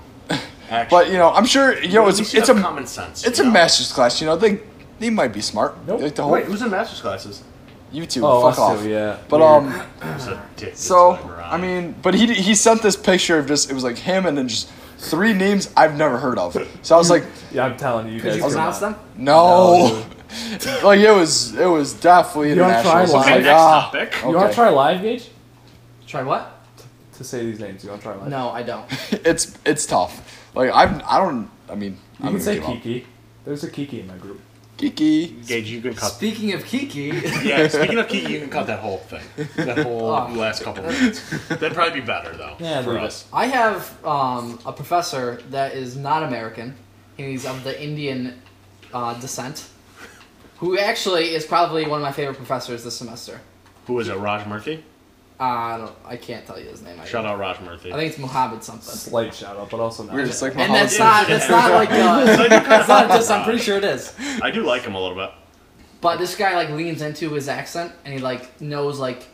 S5: Actually.
S3: But you know, I'm sure you know
S5: At
S3: it's
S5: least you
S3: it's
S5: have
S3: a
S5: common sense.
S3: it's
S5: you
S3: a
S5: know?
S3: master's class. You know, they they might be smart.
S2: Nope.
S3: Like the whole
S5: Wait, who's in master's classes?
S3: you two,
S2: Oh,
S3: fuck
S2: us two,
S3: off.
S2: yeah.
S3: But
S2: Weird.
S3: um,
S5: It's a dick. that's
S3: so
S5: whatever,
S3: I mean, but he he sent this picture of just it was like him and then just three names I've never heard of. So I was like,
S2: Yeah, I'm telling you, you
S4: did
S2: guys.
S4: you
S2: are
S4: pronounce
S2: not-
S4: them?
S3: no. like it was it was definitely
S2: You wanna
S3: international. So I was
S2: try
S5: okay,
S3: like,
S2: live?
S5: next
S3: ah.
S5: topic.
S4: Oh.
S2: You want
S3: Okay.
S2: to try live, Gage?
S4: Try what?
S2: To say these names, you want to try live?
S4: No, I don't.
S3: it's it's tough. Like I've I don't I mean
S2: You
S3: I'm
S2: can
S3: gonna
S2: say
S3: give up.
S2: Kiki. There's a Kiki in my group.
S3: Kiki.
S5: Gage, you can cut.
S4: Speaking of Kiki,
S5: Yeah, speaking of Key, you can cut that whole thing. That whole
S4: Oh.
S5: last couple minutes. That'd probably be better though.
S2: Yeah,
S5: for
S2: leave
S5: us.
S4: I have um, a professor that is not American. He's of the Indian uh, descent, who actually is probably one of my favorite professors this semester.
S5: Who is it? Raj Murthy.
S4: Uh, I don't. I can't tell you his name. I
S5: Shout out Raj Murthy.
S4: I think it's Muhammad something.
S2: Slight shout out, but also not.
S3: We're just like
S4: And
S3: Muhammad.
S4: that's not. That's not like. Uh, that's not just. I'm pretty sure it is.
S5: I do like him a little bit.
S4: But this guy like leans into his accent, and he like knows like.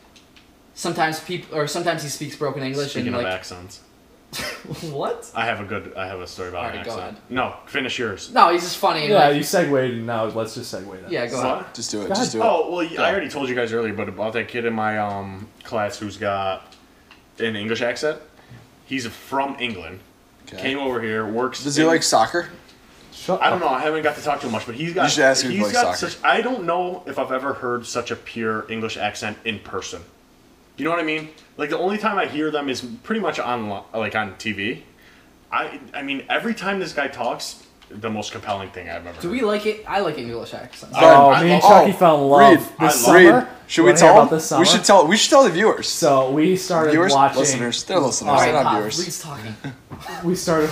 S4: Sometimes people, or sometimes he speaks broken English,
S5: Speaking
S4: and
S5: of
S4: like
S5: accents,
S4: what?
S5: I have a good. I have a story about an
S4: Alright, go
S5: accent.
S4: ahead.
S5: No, finish yours.
S4: No, he's just funny. And,
S2: yeah,
S4: like-
S2: you segued, and now let's just segue that.
S4: yeah, go ahead.
S5: What?
S3: Just do it.
S2: God.
S3: Just do it.
S5: Oh well, yeah, I already told you guys earlier, but about that kid in my um class who's got an English accent. He's from England.
S3: Okay.
S5: Came over here. Works.
S3: Does he
S5: in-
S3: like soccer?
S2: Shut
S5: I don't know. I haven't got to talk to him much, but he's got.
S3: You should ask him if he
S5: he's
S3: plays
S5: got
S3: soccer.
S5: such. I don't know if I've ever heard such a pure English accent in person. You know what I mean? Like the only time I hear them is pretty much on li- like on TV. I I mean every time this guy talks, the most compelling thing I've ever.
S4: Do we like it? I like English accents.
S3: Ben,
S2: Oh,
S5: I
S2: me and
S5: love-
S2: Chucky fell in love
S3: Reed,
S2: this
S5: I love-
S2: summer.
S5: Reed,
S3: should
S2: You
S3: we
S2: wanna
S3: tell
S2: hear
S3: them?
S2: about this summer?
S3: We should tell. We should tell the viewers.
S2: So we started
S3: viewers,
S2: watching.
S3: listeners, they're listeners,
S4: All right,
S3: they're not
S4: Bob,
S3: viewers.
S4: Reed's talking.
S2: We started.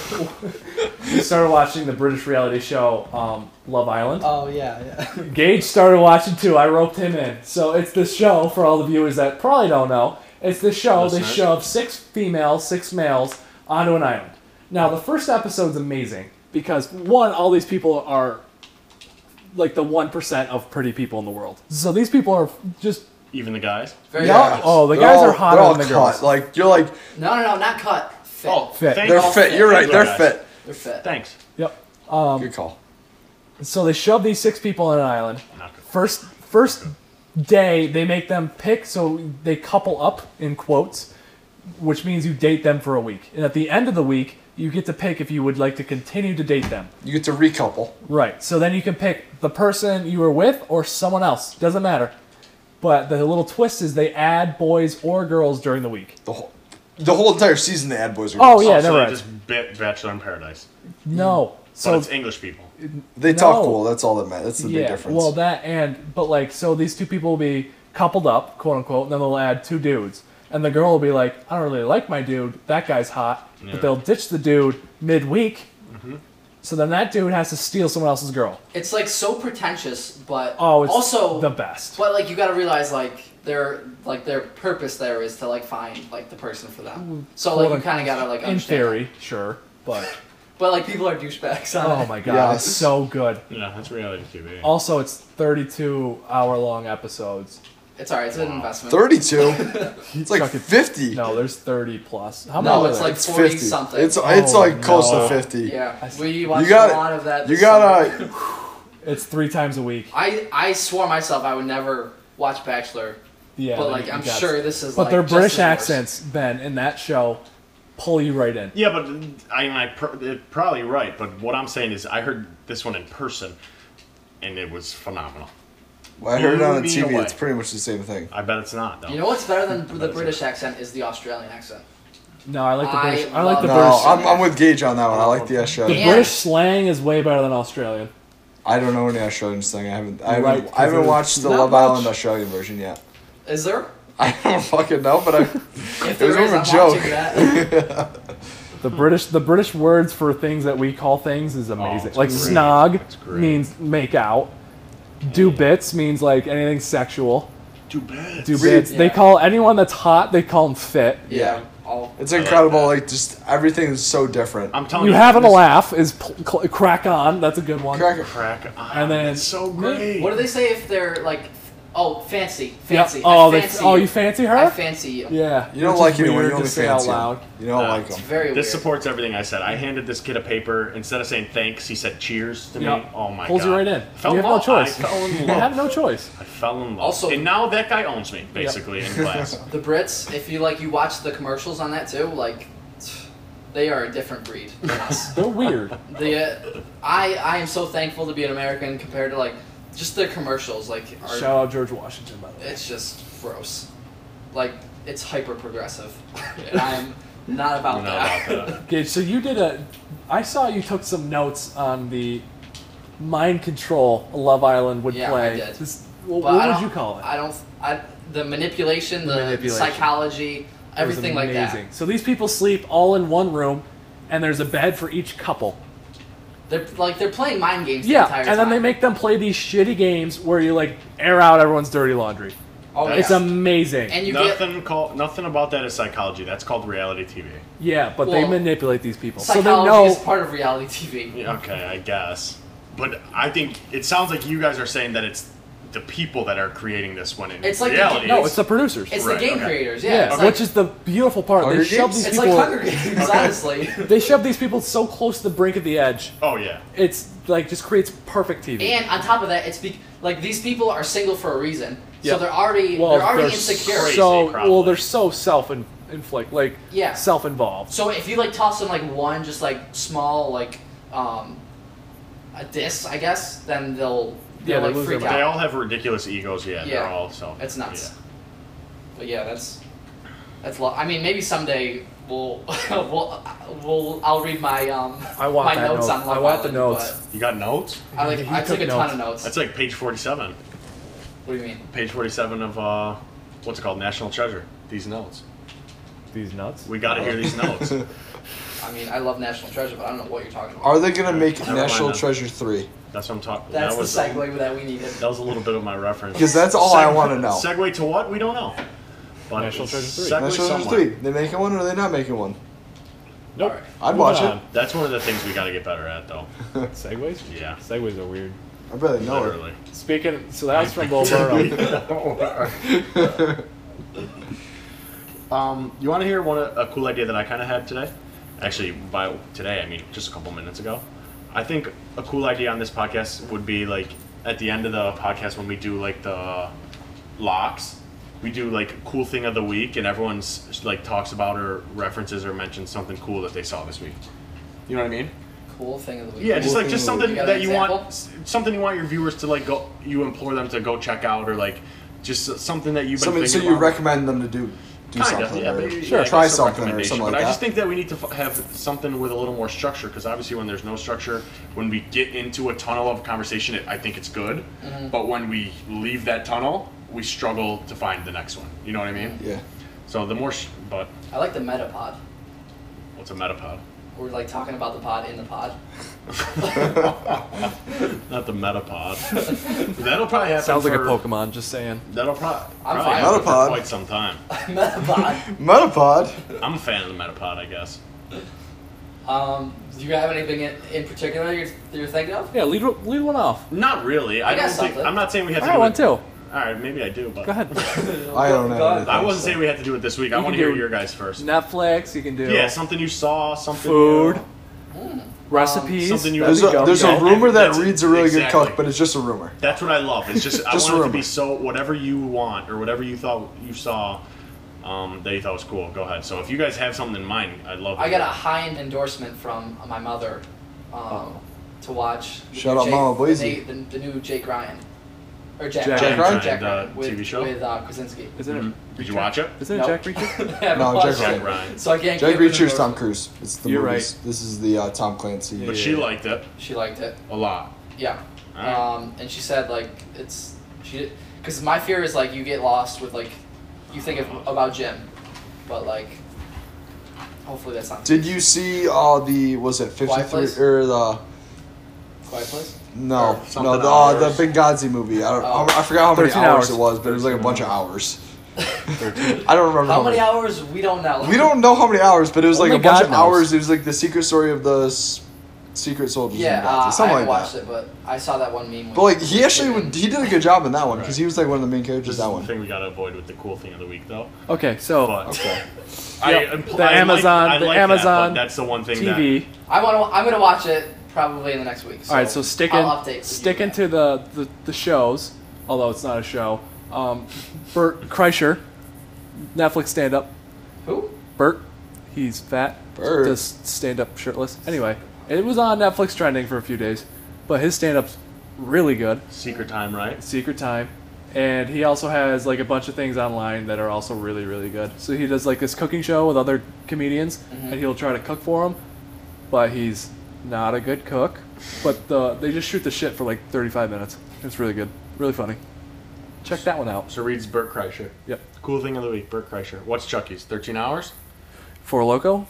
S2: we started watching the British reality show um, Love Island.
S4: Oh yeah, yeah.
S2: Gage started watching too. I roped him in. So it's this show for all the viewers that probably don't know. It's this show. They
S5: Listeners.
S2: shove six females, six males onto an island. Now the first episode's amazing because one, all these people are like the one percent of pretty people in the world. So these people are just
S5: Even the guys.
S4: Very
S3: Yeah.
S4: good.
S2: Oh, the
S3: They're
S2: guys
S3: all-
S2: are hotter
S3: they're all
S2: than the
S3: cut.
S2: girls.
S3: Like you're like
S4: No, no, no, not cut. Fit.
S5: Oh,
S2: Fit.
S5: thank
S3: they're
S5: you.
S3: fit. You're right.
S5: Thank
S3: They're
S2: Um,
S5: you, guys.
S3: fit.
S4: They're fit.
S5: Thanks.
S2: yep.
S3: Good call.
S2: So they shove these six people on an island.
S5: Not good.
S2: First first day they make them pick, so they couple up in quotes, which means you date them for a week. And at the end of the week, you get to pick if you would like to continue to date them.
S3: You get to recouple.
S2: Right. So then you can pick the person you were with or someone else. Doesn't matter. But the little twist is they add boys or girls during the week.
S3: The whole, the whole entire season, the ad boys. Were
S2: Oh yeah,
S5: Also,
S2: never
S5: they
S2: mind.
S5: just bit Bachelor in Paradise.
S2: no.
S5: So
S2: So
S5: it's English people.
S3: They talk
S2: No.
S3: cool. That's all that matters. That's the big difference.
S2: Well, that and but like so these two people will be coupled up, quote unquote, and then they'll add two dudes. And the girl will be like, I don't really like my dude. That guy's hot.
S5: Yeah.
S2: But they'll ditch the dude midweek. So then that dude has to steal someone else's girl.
S4: It's like so pretentious, but
S2: Oh, it's
S4: also
S2: the best.
S4: But like you gotta realize like their like their purpose there is to like find like the person for them. So like you
S2: Quote,
S4: kind of gotta like
S2: In
S4: understand
S2: theory, sure. But
S4: that. But like people are douchebags. On
S2: oh
S4: it.
S2: my god,
S3: Yes.
S2: it's so good.
S5: Yeah, that's reality TV.
S2: Also, it's 32 hour long episodes.
S4: It's alright. It's an investment.
S3: thirty-two. it's like
S2: Chuck it.
S3: fifty.
S2: No, there's 30 plus. How
S4: No,
S2: many
S4: it's
S2: are there?
S4: like
S3: it's
S4: 40
S3: fifty.
S4: something.
S3: It's it's like
S2: Oh,
S3: close
S2: no.
S3: to fifty.
S4: Yeah, we watched
S3: You got
S4: a lot of that.
S3: You
S4: this summer.
S3: gotta.
S2: It's three times a week.
S4: I I swore myself I would never watch Bachelor,
S2: Yeah.
S4: but like
S2: you
S4: I'm
S2: got-
S4: sure this is.
S2: But
S4: like,
S2: their
S4: just
S2: British
S4: as worse.
S2: accents, Ben, in that show, pull you right in.
S5: Yeah, but I, I pr- they're probably right. But what I'm saying is, I heard this one in person, and it was phenomenal.
S3: Well, I heard it on the
S5: Blew me
S3: TV.
S5: away.
S3: It's pretty much the same thing.
S5: I bet it's not though.
S4: You know what's better than the
S5: it's
S4: British accent is the Australian accent.
S2: No, I like the
S4: I
S2: British. I, like the
S4: love-
S3: No,
S2: British.
S3: I'm, I'm with Gage on that one. I like the
S2: the
S3: Australian.
S4: Yeah.
S2: British slang is way better than Australian.
S3: I don't know any Australian slang. I haven't. I
S2: You're
S3: haven't,
S2: right, 'cause
S3: I haven't
S2: there's
S3: watched the
S2: not
S3: Love
S2: much.
S3: Island Australian version yet.
S4: Is there?
S3: I don't fucking know, but I.
S4: If
S3: It was
S4: there is,
S3: more
S4: I'm
S3: of a joke.
S4: watching that.
S2: The
S4: Hmm.
S2: British, the British words for things that we call things
S4: Oh,
S2: is amazing.
S5: it's
S2: like
S5: great. It's
S2: snog
S5: great.
S2: means make out. Do
S4: Hmm.
S2: bits means like anything sexual.
S5: Too bad.
S2: Do
S3: See,
S2: bits. They
S4: yeah.
S2: call anyone that's hot. They call them fit.
S4: Yeah.
S3: Yeah.
S4: All,
S3: It's
S5: like
S3: incredible.
S5: that.
S3: Like just everything is so different.
S5: I'm
S4: Oh,
S5: telling
S2: You
S5: you,
S2: having a
S5: this-
S2: laugh is pl- cl- crack on. That's a good one.
S3: Cracker.
S5: Crack. on.
S2: And then-
S5: it's so great.
S4: Hmm. what do they say if they're like, oh fancy,
S2: Yep.
S4: fancy?
S2: Oh,
S4: I
S2: they,
S4: fancy
S2: oh, you fancy her?
S4: I fancy you.
S2: yeah.
S3: You don't
S2: Which
S3: like
S2: is
S3: anyone.
S2: weird
S3: you only
S2: to say out
S3: fancy 'em.
S2: loud.
S3: You don't
S5: Uh,
S3: like
S4: It's
S3: them.
S4: very
S5: This
S4: weird.
S5: supports everything I said. I handed this kid a paper. Instead of saying thanks, he said cheers to me.
S2: Yeah.
S5: Oh my
S2: Pulls
S5: god.
S2: you right in.
S5: Fell
S2: you have no
S5: love.
S2: choice.
S5: I fell in
S2: You
S5: love.
S2: have no choice.
S5: I fell in love.
S4: Also-
S5: and now that guy owns me, basically, in class.
S4: The Brits, if you like, you watch the commercials on that too. Like, they are a different breed than us.
S2: They're weird.
S4: the, uh, I I am so thankful to be an American compared to like, just the commercials like are
S2: Shout out George Washington, by the way.
S4: it's just gross. Like it's hyper progressive, and I'm not about
S5: Not
S4: that.
S5: about that.
S2: Gage, so you did a. I saw you took some notes on the mind control Love Island would
S4: Yeah, I
S2: play.
S4: did.
S2: This- wh-
S4: But I
S2: what would
S4: don't-
S2: you call it?
S4: I don't. I the manipulation, the
S2: Manipulation.
S4: psychology,
S2: It was
S4: everything like
S2: amazing.
S4: that.
S2: So these people sleep all in one room, and there's a bed for each couple.
S4: They're like they're playing mind games.
S2: Yeah,
S4: the entire
S2: and then they
S4: time.
S2: make them play these shitty games where you like air out everyone's dirty laundry.
S4: Oh,
S2: It's
S4: yeah.
S2: amazing.
S4: And you get
S5: nothing call, nothing about that is psychology. That's called reality TV.
S2: yeah, but they
S4: Well,
S2: manipulate these people, so they
S4: psychology is
S2: know.
S4: part of reality TV.
S5: Yeah, okay, I guess. But I think it sounds like you guys are saying that it's the people that are creating this one. In
S4: It's like the-
S5: reality,
S2: No, it's the producers.
S4: It's
S5: Right,
S4: the game
S5: okay.
S4: creators. Yeah,
S2: yeah,
S4: it's
S2: which
S4: like,
S2: is the beautiful part.
S3: Hunger
S2: They shove
S3: Games?
S2: these
S4: it's
S2: people.
S4: like Hunger Games. Honestly.
S2: They shove these people so close to the brink of the edge.
S5: oh yeah.
S2: It's like just creates perfect TV.
S4: And on top of that, it's be- like these people are single for a reason,
S2: Yeah.
S4: so they're already
S2: well,
S4: they're already
S2: they're
S4: insecure.
S5: crazy,
S2: So well,
S5: probably.
S2: they're so self inflict, like
S4: Yeah.
S2: self-involved.
S4: So if you like toss them like one just like small like um a diss, I guess, then they'll
S2: Yeah,
S4: they'll
S2: they
S4: like
S2: lose their
S4: freak
S5: They
S4: out.
S5: all have ridiculous egos. Yeah, they're
S4: Yeah.
S5: all so.
S4: It's nuts. But yeah, that's that's lo- I mean, maybe someday we'll we'll, we'll I'll read my um
S2: I want
S4: my
S2: that
S4: notes
S2: note.
S4: on Love
S2: I want the
S4: Island,
S2: notes.
S5: Yeah. You got notes?
S4: but I like
S2: He
S4: I took a
S2: took
S4: ton of notes.
S5: That's like page forty-seven.
S4: what do you mean?
S5: Page forty-seven of uh, what's it called? National Treasure. These notes.
S2: These nuts.
S5: We got to hear these notes.
S4: I mean, I love National Treasure, but I don't know what you're talking about.
S3: Are they gonna make
S5: Never mind
S3: National
S5: then.
S3: Treasure three?
S5: That's what I'm talking.
S4: that's
S5: that was um,
S4: the segue that we needed.
S5: That was a little bit of my reference.
S3: Because that's all I
S5: Seg-
S3: want to know.
S5: Segue to what? We don't know. But
S2: National Treasure three.
S5: segue
S3: National Treasure
S5: somewhere.
S3: three. They making one or are they not making one?
S2: Nope.
S4: Alright.
S3: I'd watch it.
S5: That's one of the things we got to get better at, though.
S2: Segways.
S5: Yeah.
S2: Segways are weird.
S3: I barely know it.
S5: Literally.
S2: Speaking. So that was from Bo Burnham.
S5: um, you want to hear one a cool idea that I kind of had today? Actually, by today I mean just a couple minutes ago. I think a cool idea on this podcast would be like at the end of the podcast when we do like the locks, we do like cool thing of the week, and everyone's like talks about or references or mentions something cool that they saw this week. You know what I mean?
S4: Cool thing of the week.
S5: Yeah, just
S3: Cool
S5: like
S3: thing
S5: just
S3: of the
S5: something
S4: week. You got
S5: that
S4: an
S5: you want,
S4: example?
S5: s- something you want your viewers to like go. You implore them to go check out, or like just s- something that you've been
S3: Something.
S5: thinking
S3: So you
S5: about.
S3: recommend them to do do
S5: Kinda,
S3: something.
S5: yeah,
S3: or-
S5: maybe-
S3: sure.
S5: yeah, I
S3: Try
S5: guess a
S3: something or
S5: recommendation,
S3: something like
S5: But I just
S3: that.
S5: think that we need to f- have something with a little more structure because obviously when there's no structure, when we get into a tunnel of conversation, it, I think it's good.
S4: Mm-hmm.
S5: But when we leave that tunnel, we struggle to find the next one. You know what I mean?
S3: Yeah.
S5: So the more, sh- but
S4: I like the metapod.
S5: what's a metapod?
S4: We're like talking about the pod in the pod.
S5: Not the metapod. That'll probably happen.
S2: Sounds like a
S5: for-
S2: Pokemon. Just saying.
S5: That'll pro- probably
S4: fine.
S5: happen for
S3: Metapod.
S5: quite some time.
S4: metapod.
S3: Metapod.
S5: I'm a fan of the Metapod, I guess.
S4: Um, do you have anything in, in particular you're, you're thinking of?
S2: Yeah, lead lead one off.
S5: Not really. I,
S4: I got
S5: don't think.
S4: something.
S5: I'm not saying we have
S2: I
S5: to.
S2: got
S5: do
S2: one
S5: it-
S2: too.
S5: All right, maybe I do, but
S2: Go ahead.
S3: I don't
S4: Go
S3: know.
S4: ahead.
S5: I wasn't saying we had to do it this week. I
S2: You
S5: want to
S2: can
S5: hear
S2: do-
S5: your guys first.
S2: Netflix. You can do.
S5: Yeah, something you saw, something.
S4: Hmm.
S2: Food.
S5: new.
S2: recipes.
S5: something you-
S2: that'd
S3: There's
S2: be
S3: a,
S2: dumb,
S3: there's a
S2: though.
S5: ru-
S3: rumor that
S5: That's it.
S3: Reed's a really good
S5: Exactly.
S3: cook, but it's just a rumor.
S5: That's what I love. It's just,
S3: Just
S5: I want it to
S3: rumor.
S5: be so whatever you want or whatever you thought you saw um, that you thought was cool. Go ahead. So if you guys have something in mind, I'd love. to
S4: I got a
S5: hear it.
S4: high end endorsement from uh, my mother um, to watch. the
S3: Oh. Shout
S4: new
S3: out
S4: Jake-
S3: Mama
S4: the
S3: Boise.
S4: na- The, the new Jake Ryan. Or Jack,
S2: Jack
S4: Jack
S3: Ryan?
S4: Jack Ryan.
S5: The
S4: with,
S5: TV show?
S4: With uh, Krasinski.
S2: Isn't it?
S5: Mm-hmm. Did you watch it?
S2: Isn't it
S4: Nope.
S2: Jack Reacher?
S4: I haven't
S3: No,
S4: watched
S3: Jack
S4: it,
S5: Jack Ryan.
S4: So I can't
S3: Jack
S4: give it an
S3: Reacher's Tom
S4: endorsement.
S3: Cruise. It's the
S2: You're
S3: movies. This is the uh, Tom Clancy.
S5: But she liked it
S4: She liked it.
S5: a lot.
S4: Yeah.
S5: Alright.
S4: Um, and she said like it's she because my fear is like you get lost with like you think of, about Jim, but like hopefully that's not
S3: Did you see all the was it fifty
S4: Quiet Place?
S3: three or the
S4: quiet place.
S3: no
S5: Or
S3: no
S5: something
S3: the, uh, the
S5: hours.
S3: Benghazi movie? I, don't,
S4: Oh.
S3: I forgot how many
S2: 13
S3: hours
S2: hours.
S3: it was, but it was like a bunch of hours. I don't remember
S4: How many hours we don't know.
S3: We don't know how many hours, but it was like
S2: Only
S3: a bunch
S2: Oh God
S3: of
S2: knows.
S3: hours. It was like the secret story of the s- secret soldiers. in
S4: Yeah,
S3: Benghazi,
S4: uh, I
S3: something
S4: haven't
S3: like
S4: watched
S3: that.
S4: it, but I saw that one meme.
S3: But like he actually would,
S4: would.
S3: he did a good job in that one because
S5: Right.
S3: he was like one of the main
S5: This
S3: characters that
S5: is the
S3: one.
S5: thing we gotta avoid with the cool thing of the week, though.
S2: Okay, so
S5: But
S3: Okay.
S5: I,
S2: Yep.
S5: impl-
S2: The
S5: I like-
S2: Amazon-
S5: I
S2: the
S5: like that, but
S2: Amazon
S5: that's the one thing
S2: TV.
S4: I want to. I'm gonna watch it probably in the next week. So
S2: All right, so sticking
S4: I'll update you
S2: sticking
S4: guys.
S2: to the, the the shows, although it's not a show. Um, Bert Kreischer, Netflix stand up.
S4: who?
S2: Bert, he's fat.
S3: Bert.
S2: Just stand up shirtless. Anyway, it was on Netflix trending for a few days, but his stand up's really good.
S5: that secret time, right?
S2: Secret Time. And he also has like a bunch of things online that are also really, really good. So he does like this cooking show with other comedians,
S4: Mm-hmm.
S2: and he'll try to cook for them, but he's not a good cook. But the they just shoot the shit for like 35 minutes. It's really good, really funny. Check that one out.
S5: So reads Bert Kreischer.
S2: Yep.
S5: Cool thing of the week, Bert Kreischer. What's Chucky's? Thirteen hours.
S2: For Loco,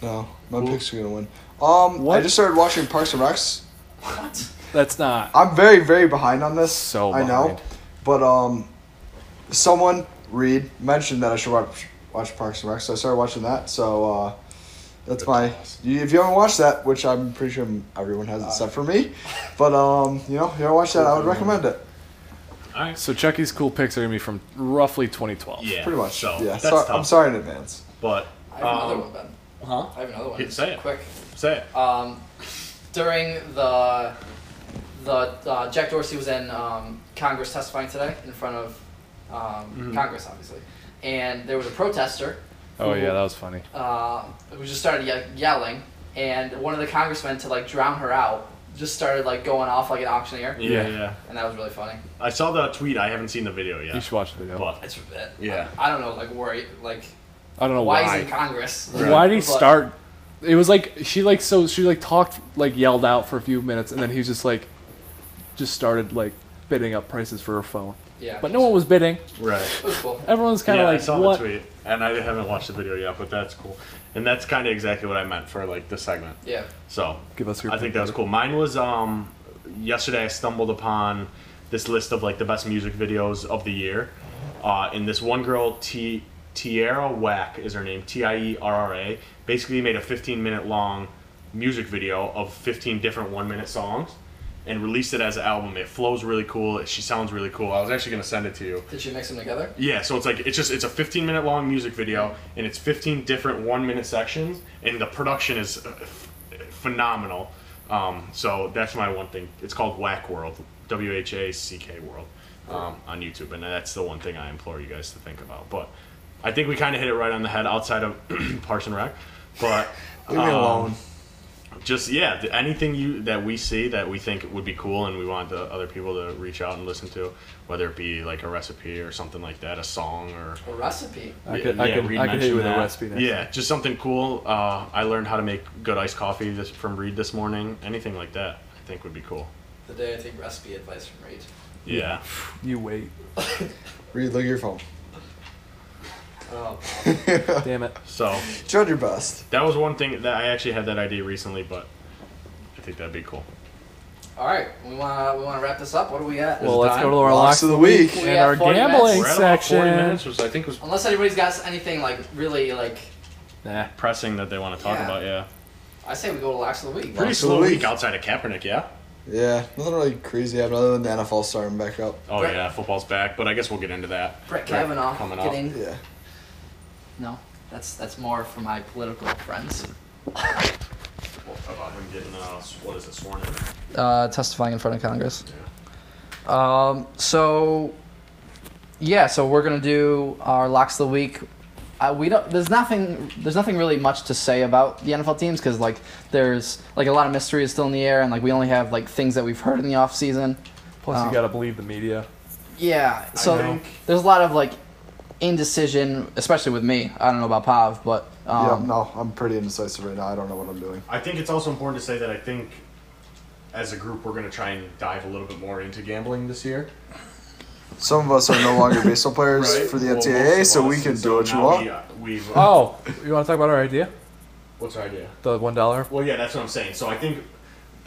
S3: No, my picks are gonna win. Um, I
S2: What?
S3: just started watching Parks and Recs.
S4: What?
S2: that's not.
S3: I'm very, very behind on this.
S2: So
S3: I know,
S2: behind.
S3: but um, someone Reed mentioned that I should watch watch Parks and Rec, so I started watching that. So uh, that's my. You, if you haven't watched that, which I'm pretty sure everyone has except for me, but um, you know, if you haven't watched that, I would recommend it.
S5: All right.
S2: So Chucky's cool picks are gonna be from roughly 2012.
S5: Yeah.
S3: Pretty much.
S5: So
S3: yeah.
S5: that's
S3: so-
S5: tough.
S3: I'm sorry in advance.
S5: But
S4: I have another one,
S5: um,
S4: Ben.
S5: huh?
S4: I have another one.
S5: Yeah, say it.
S4: Quick.
S5: Say it.
S2: Uh,
S4: Um, during the the uh, Jack Dorsey was in um, Congress testifying today in front of um,
S5: Mm-hmm.
S4: Congress, obviously, and there was a protester
S2: Oh yeah, that was funny.
S4: uh, who just started ye- yelling, and one of the congressmen to like drown her out just started like going off like an auctioneer,
S5: Yeah, yeah.
S2: Yeah.
S4: and that was really funny.
S5: I saw the tweet. I haven't seen the video yet.
S2: You should watch the video.
S5: But
S4: It's it,
S5: Yeah.
S4: I, I don't know, like worry, like
S2: I don't know
S4: why,
S2: why.
S4: is he's in Congress.
S2: Why did he
S4: But-
S2: start? It was like she like so she like talked like yelled out for a few minutes and then he was just like, just started like bidding up prices for her phone.
S4: Yeah,
S2: But no one was bidding.
S5: right.
S4: It was cool.
S2: Everyone's kind
S5: yeah,
S2: of
S5: I
S2: like
S5: saw
S2: what?
S5: the tweet, and I haven't watched the video yet, but that's cool. And that's kind of exactly what I meant for like the segment.
S4: Yeah.
S5: So
S2: Give us your.
S5: I think that was cool. Mine was um yesterday I stumbled upon this list of like the best music videos of the year. Uh, and this one girl T Tierra Whack is her name, T I E R R A, basically made a 15 minute long music video of 15 different one minute songs and released it as an album. It flows really cool. She sounds really cool. I was actually going to send it to you.
S4: Did you mix them together?
S5: Yeah, so it's like it's just it's a 15 minute long music video, and it's 15 different one minute sections, and the production is uh, f- phenomenal. Um, so that's my one thing. It's called Whack World, W H A C K World, um, on YouTube, and that's the one thing I implore you guys to think about. But I think we kind of hit it right on the head outside of Parson Rec, but
S3: Leave me
S5: um,
S3: alone.
S5: just yeah th- anything you that we see that we think would be cool and we want the other people to reach out and listen to whether it be like a recipe or something like that a song or
S4: A recipe.
S2: I could, I
S5: Yeah,
S2: could,
S5: Reed
S2: I could hit you
S5: mentioned
S2: with
S5: that.
S2: a recipe. Next
S5: yeah just something cool uh, i learned how to make good iced coffee this, from reed this morning anything like that i think would be cool
S4: The day I take recipe advice from Reed.
S5: yeah
S2: time. You wait.
S3: Reed, look at your phone.
S4: Oh,
S2: Damn it.
S5: so
S3: Try your best.
S5: that was one thing that i actually had that idea recently but i think that'd be cool
S4: all right. We want we want to wrap this up. What do we at?
S2: Well, uh,
S5: it
S2: let's
S5: time?
S2: go to our locks
S3: Locks of the week.
S4: We
S2: and
S4: have
S2: our
S4: 40 minutes.
S2: gambling
S5: we're at about 40
S2: section.
S5: minutes which i think was
S4: Unless anybody's got anything like really like,
S2: Nah.
S5: pressing that they want to talk
S4: Yeah.
S5: about yeah
S4: I say we go to locks of the week.
S5: pretty
S3: Lots of
S5: slow
S3: the
S5: week
S3: week.
S5: outside of kaepernick yeah
S3: Yeah, nothing really crazy happened other than the NFL starting back up.
S5: oh
S4: Brett-
S5: yeah football's back but i guess we'll get into that
S4: Brett Kavanaugh
S5: coming up
S4: getting
S3: Yeah.
S4: no. That's that's more for my political friends.
S5: about him getting uh, s- what is it sworn in?
S4: uh, testifying in front of Congress. Um, so, yeah, so we're gonna do our locks of the week. Uh, we don't. There's nothing. There's nothing really much to say about the NFL teams because like there's like a lot of mystery is still in the air and like we only have like things that we've heard in the off season.
S2: Plus,
S4: Oh.
S2: you gotta believe the media.
S4: Yeah. So
S5: think-
S4: there's a lot of like indecision, especially with me. I don't know about Pav, but um,
S3: yeah, no, I'm pretty indecisive right now. I don't know what I'm doing.
S5: I think it's also important to say that I think as a group we're going to try and dive a little bit more into gambling this year.
S3: Some of us are no longer baseball players
S5: Right?
S3: for the
S5: Well,
S3: NCAA,
S5: most of
S3: so we
S5: us,
S3: can
S5: and
S3: do what you
S5: now
S3: want.
S5: We, uh, we've,
S2: Oh, you want to talk about our idea?
S5: what's our idea?
S2: The one dollar.
S5: Well, yeah, that's what I'm saying. So I think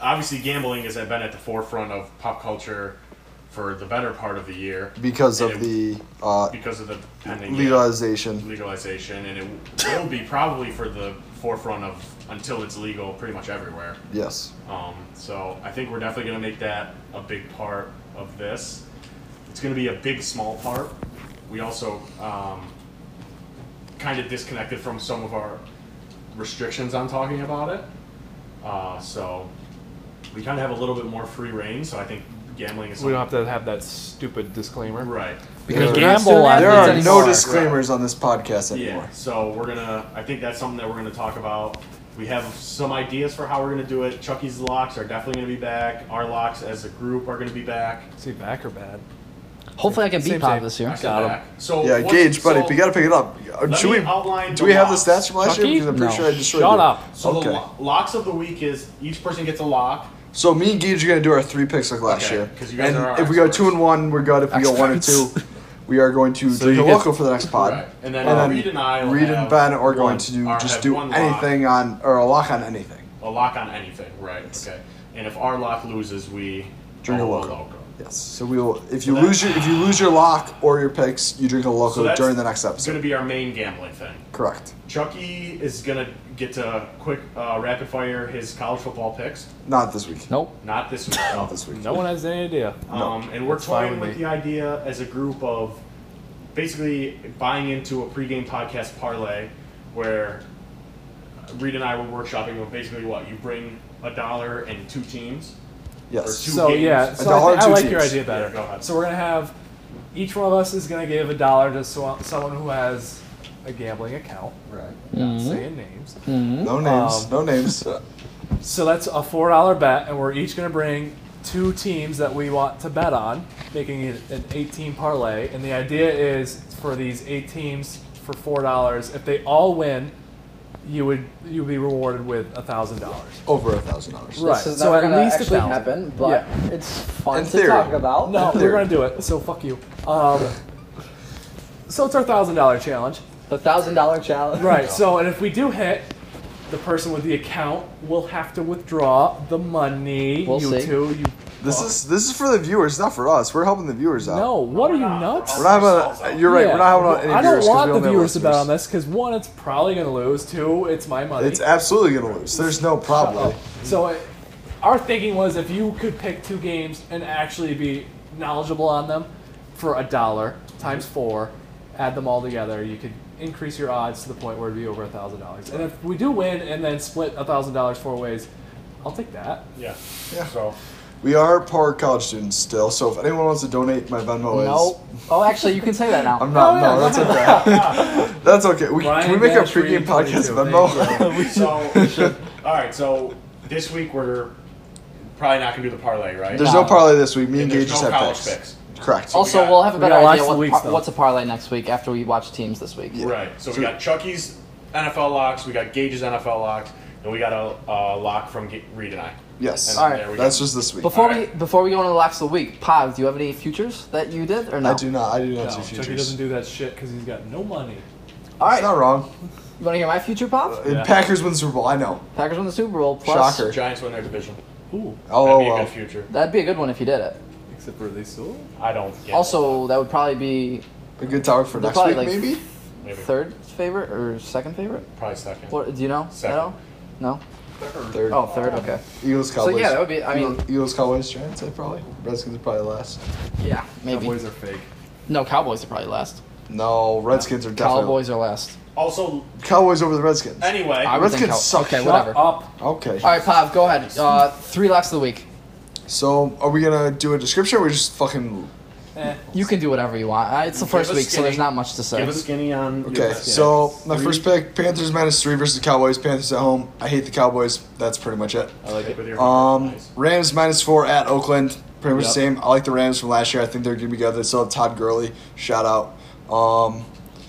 S5: obviously gambling has been at the forefront of pop culture for the better part of the year
S3: Because
S5: And
S3: of
S5: it-
S3: the uh,
S5: because of the pending
S3: legalization.
S5: legalization, and it will be probably for the forefront of until it's legal pretty much everywhere.
S3: Yes.
S5: Um, so I think we're definitely going to make that a big part of this. It's going to be a big small part. We also um, kind of disconnected from some of our restrictions on talking about it. Uh, so we kind of have a little bit more free reign. So I think gambling is
S2: We don't have
S5: something-
S2: to have that stupid disclaimer.
S5: right.
S2: Because
S3: There are-
S2: gamble
S4: There
S3: There
S4: athletes
S3: are
S4: anymore.
S3: no disclaimers on this podcast anymore.
S5: Yeah. So we're gonna. I think that's something that we're gonna talk about. We have some ideas for how we're gonna do it. Chucky's locks are definitely gonna be back. Our locks as a group are gonna be back.
S2: See, back or bad?
S4: hopefully I can beat
S2: Same,
S4: Pav
S2: same.
S4: this year.
S5: Back to
S2: Got 'em.
S5: back. So
S3: Yeah,
S5: what's-
S3: Gage, buddy,
S5: so
S3: we gotta pick it up.
S5: let
S3: Should
S5: me
S3: we?
S5: outline
S3: Do we have the stats
S5: locks.
S3: from last year?
S2: Chucky?
S3: Because I'm pretty
S4: No.
S3: sure I destroyed
S2: Shut
S3: it.
S2: up.
S5: So the
S3: okay.
S5: lo- locks of the week is each person gets a lock.
S3: so me and Gage are gonna do our three picks like last
S5: Okay,
S3: year.
S5: 'cause you guys
S3: And
S5: are our
S3: if we go
S5: experts.
S3: two and one, we're good. If we go one and two,
S4: Experts.
S3: we are going to
S2: So
S3: drink
S2: you
S3: a
S2: guys-
S3: local for the next pod.
S5: Right. And then,
S3: And then
S5: Reed and I. will
S3: Reed and
S5: have
S3: Ben are
S5: one-
S3: going to do
S5: or
S3: just
S5: have
S3: do
S5: one lock.
S3: anything on or a lock on anything.
S5: A lock on anything. Right. Okay. And if our lock loses, we
S3: Drink a
S5: all
S3: local. Yes. So we will. If you lose your if you lose your lock or your picks, you drink a
S5: So
S3: local
S5: that's
S3: during the next
S5: It's
S3: episode.
S5: gonna be our main gambling thing.
S3: Correct.
S5: Chucky is gonna get to quick uh, rapid fire his college football picks.
S3: Not this week.
S4: Nope.
S5: Not this week.
S3: Not this week.
S2: No one has any idea.
S5: Um, and we're
S2: That's fine
S5: toying
S2: with
S5: with
S2: me.
S5: the idea as a group of basically buying into a pregame podcast parlay where Reed and I were workshopping on basically what you bring a dollar and two teams.
S3: Yes.
S5: Two
S2: So
S5: games.
S2: yeah,
S5: A
S2: so I,
S3: dollar
S2: think, I
S3: and
S2: like
S3: two
S2: your
S3: teams.
S2: idea better.
S5: Yeah, go ahead.
S2: so we're gonna have each one of us is gonna give a dollar to so- someone who has a gambling account.
S3: Right.
S2: Not saying names.
S3: No names.
S2: Um,
S3: no names.
S2: So that's a four dollar bet, and we're each gonna bring two teams that we want to bet on, making it an eighteen parlay. And the idea is for these eight teams for four dollars. If they all win, you would you would be rewarded with a thousand dollars.
S3: Over a thousand dollars.
S2: Right.
S4: This is
S2: so
S4: not
S2: at
S4: gonna
S2: least a
S4: actually
S2: thousand.
S4: happen, but
S2: Yeah.
S4: it's fun
S3: In
S4: to
S3: theory.
S4: talk about.
S2: No,
S3: Third.
S2: we're gonna do it. So fuck you. Um, so it's our thousand dollar challenge,
S4: The thousand dollar challenge.
S2: right? So and if we do hit, the person with the account will have to withdraw the money.
S4: We'll
S2: you
S4: see.
S2: two, you.
S3: This is this is for the viewers, not for us. We're helping the viewers out.
S2: No, what are you nuts?
S3: We're not having. A, you're right.
S2: Yeah.
S3: We're not having any
S2: I don't
S3: viewers. 'cause
S2: want
S3: we
S2: the
S3: only have
S2: viewers to bet on
S3: listeners.
S2: this because one, it's probably gonna lose. Two, it's my money.
S3: It's absolutely gonna lose. There's no problem.
S2: Uh-oh. So, uh, our thinking was if you could pick two games and actually be knowledgeable on them for a dollar times four, add them all together, you could increase your odds to the point where it'd be over a thousand dollars. And if we do win and then split a thousand dollars four ways, I'll take that.
S5: Yeah.
S3: Yeah.
S5: So
S3: We are poor college students still, so if anyone wants to donate, my Venmo is.
S4: No. Oh, actually, you can say that now.
S3: I'm not.
S2: Oh, yeah.
S3: no, that's okay. that's okay. We, can we
S2: Ryan
S3: make a
S2: Dash
S3: pregame
S2: Reed
S3: podcast
S2: 22.
S3: Venmo?
S5: so all right. So this week we're probably not gonna do the parlay, right?
S3: There's
S4: No.
S3: no parlay this week. Me and
S5: And
S3: Gage
S5: there's
S3: just
S5: no
S3: have
S5: college
S3: picks.
S5: picks.
S3: Correct.
S4: Also,
S5: we got-
S4: we'll have a
S2: we
S4: better
S2: got lots
S4: idea
S2: of
S4: what,
S2: weeks,
S4: par-
S2: though.
S4: what's a parlay next week after we watch teams this week.
S5: Right. So we got Chucky's NFL locks, we got Gage's NFL locks, and we got a uh, lock from Ga- Reed and I.
S3: Yes.
S5: And
S4: All right.
S5: there we go.
S3: That's just this week.
S4: Before we
S5: Alright.
S4: before we go into the locks of the week, Pav, do you have any futures that you did or no?
S3: I do not. I do not do
S2: Chucky
S3: futures.
S2: doesn't do that shit because he's got no money.
S4: All
S3: It's
S4: right.
S3: not wrong.
S4: You want to hear my future, Pav?
S3: And
S2: Yeah.
S3: Packers win Super Bowl. I know.
S4: Packers won the Super Bowl. Plus,
S3: Uh, Shocker.
S5: Giants win their division.
S2: Ooh,
S3: Oh
S5: That'd be a
S3: well.
S5: good future.
S4: That'd be a good one if you did it.
S2: except for they still.
S5: I don't get
S4: Also, that would probably be
S3: A good topic for
S4: They're
S3: next
S4: probably
S3: week,
S4: like-
S3: maybe.
S5: it. Maybe.
S4: third favorite or second favorite.
S5: Probably second.
S4: What do you know?
S5: Second.
S4: No. No.
S3: Third.
S4: Oh, third. Okay.
S3: Eagles Cowboys.
S4: yeah, that would be- I mean-
S3: Eagles- Eagles Cowboys Giants. I probably Redskins are probably last.
S4: Yeah, maybe.
S2: Cowboys are fake.
S4: No, Cowboys are probably last.
S3: No, Redskins are definitely Cowboys.
S4: Cowboys are last.
S5: Also,
S3: Cowboys over the Redskins.
S5: anyway,
S4: I would think
S3: Ah, Redskins
S4: Cow-
S3: suck.
S4: Okay,
S3: Shut
S4: whatever. All
S2: Up.
S3: Okay.
S4: right, Pav, go ahead. Uh, three locks of the week.
S3: So are we gonna do a description? or We just fucking
S2: Eh.
S4: You can do whatever you want. Uh, It's the
S5: Give
S4: first
S5: us
S4: week, so
S5: skinny.
S4: there's not much to say.
S5: give a skinny on. your
S3: Okay,
S5: picks.
S3: so my
S5: Three.
S3: first pick: Panthers minus three versus Cowboys. Panthers at home. I hate the Cowboys. That's pretty much it.
S5: I like it with your
S3: Um,
S5: Nice.
S3: Rams minus four at Oakland. Pretty much the
S2: Yep.
S3: same. I like the Rams from last year. I think they're gonna be good. They still have Todd Gurley. Shout out. Um,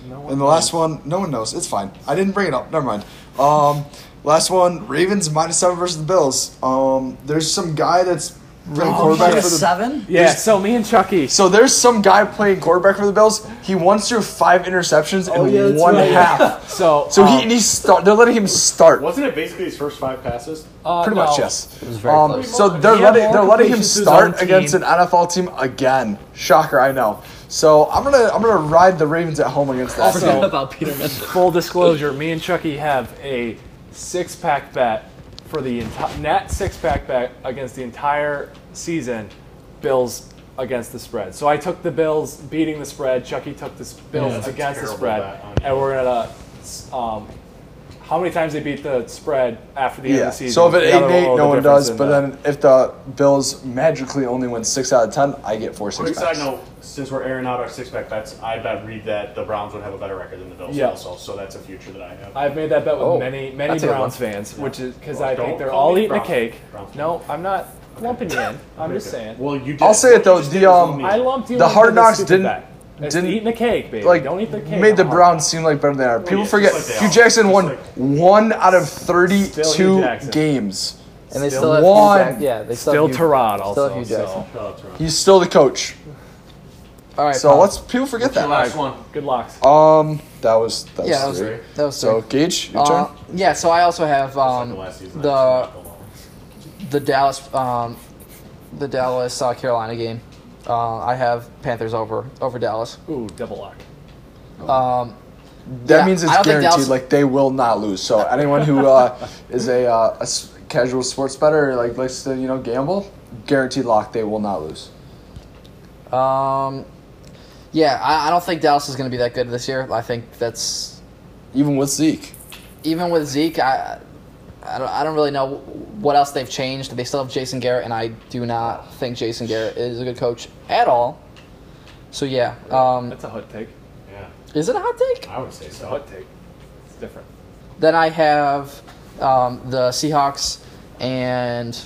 S2: No one
S3: and the last one, no one knows. It's fine. I didn't bring it up. Never mind. Um, last one: Ravens minus seven versus the Bills. Um, there's some guy that's playing quarterback for the
S6: seven.
S2: Yeah. So me and Chucky.
S3: So there's some guy playing quarterback for the Bills. He once threw five interceptions in
S2: Oh, yeah, that's
S3: one
S2: right.
S3: half.
S2: So.
S3: So
S2: um,
S3: he, and he start. They're letting him start.
S5: Wasn't it basically his first five passes?
S2: uh,
S3: Pretty
S2: no.
S3: much yes.
S4: was very
S3: Um,
S4: close.
S3: so they're
S2: He had
S3: letting
S2: more
S3: they're letting him
S2: completions to his own
S3: start against an
S2: team.
S3: NFL team again. Shocker, I know. So I'm gonna I'm gonna ride the Ravens at home against that.
S2: Also-
S4: Forget about Peterman.
S2: Full disclosure: Me and Chucky have a six-pack bet for the enti- net six-pack bet against the entire season. Bills against the spread. So I took the Bills beating the spread. Chucky took the s- Bills
S5: that's a
S2: against the
S5: terrible
S2: spread,
S5: bet on
S2: and we're gonna. s- Um, how many times they beat the spread after the end of
S3: yeah.
S2: the season?
S3: So if it
S2: The
S3: eight
S2: other
S3: and
S2: will
S3: eight,
S2: owe the
S3: no one
S2: difference
S3: does.
S2: in
S3: But
S2: the-
S3: then if the Bills magically only win six out of ten, I get four six
S5: Quick side
S3: packs.
S5: note: Since we're airing out our six-pack bets, I bet read that the Browns would have a better record than the Bills.
S2: Yeah.
S5: Also, so that's a future that I have.
S2: I've made that bet with
S4: Oh,
S2: many, many
S4: that's a good
S2: Browns
S4: one.
S2: fans, which is because
S5: Well,
S2: I
S5: don't
S2: think they're
S5: call
S2: all
S5: me
S2: eating a
S5: Browns-
S2: cake.
S5: Browns.
S2: No, I'm not lumping you in. I'm just saying.
S5: well, you. Did.
S3: I'll say it though,
S5: What you just
S3: the,
S5: did was
S3: um,
S5: me.
S2: I lumped you.
S3: The
S2: with
S3: hard
S2: a
S3: knocks
S2: stupid
S3: didn't-
S2: bet. It's
S3: didn't-
S2: eating a cake, baby.
S3: like
S2: don't eat the cake. Oh.
S3: made the
S2: I'm hard
S3: Browns seem like better than they are. People
S5: yeah,
S3: forget
S5: just like they
S3: Hugh
S5: are.
S3: Jackson
S5: Just
S3: won
S5: like-
S3: one out of
S2: Still Hugh
S3: 32
S2: Jackson.
S3: games.
S4: And they
S2: Still
S4: still have
S3: one.
S4: Hugh Jack- Yeah, they still
S2: Still
S4: have Hugh-
S2: Tarot also.
S4: Hugh
S2: so.
S4: Jackson.
S5: Oh, that's wrong.
S3: He's still the coach.
S4: All right.
S3: So
S4: Pav.
S3: let's people forget
S5: Your
S3: that.
S5: last one.
S2: Good locks.
S3: Um, that was that was
S4: Yeah, that was
S3: three.
S4: three. That was
S3: So
S4: three.
S3: Gage, your
S4: Uh,
S3: turn.
S4: yeah, so I also have
S5: Like
S4: um,
S5: the last season.
S4: the the Dallas um, the Dallas South Carolina game. Uh, I have Panthers over over Dallas.
S2: Ooh, double lock.
S4: Um,
S3: That
S4: yeah,
S3: means
S4: I
S3: it's
S4: don't think
S3: guaranteed.
S4: Dallas-
S3: like they will not lose. So anyone who uh, is a, uh, a s- casual sports better like likes to you know gamble, guaranteed lock they will not lose.
S4: um, yeah, I, I don't think Dallas is going to be that good this year. I think that's
S3: Even with Zeke.
S4: even with Zeke, I, I don't, I don't really know what else they've changed. They still have Jason Garrett, and I do not think Jason Garrett is a good coach at all. So yeah, um,
S2: That's a hot take.
S5: Yeah,
S4: is it a hot take?
S5: I would say
S2: It's a
S5: so.
S2: hot take. It's different.
S4: Then I have um, the Seahawks and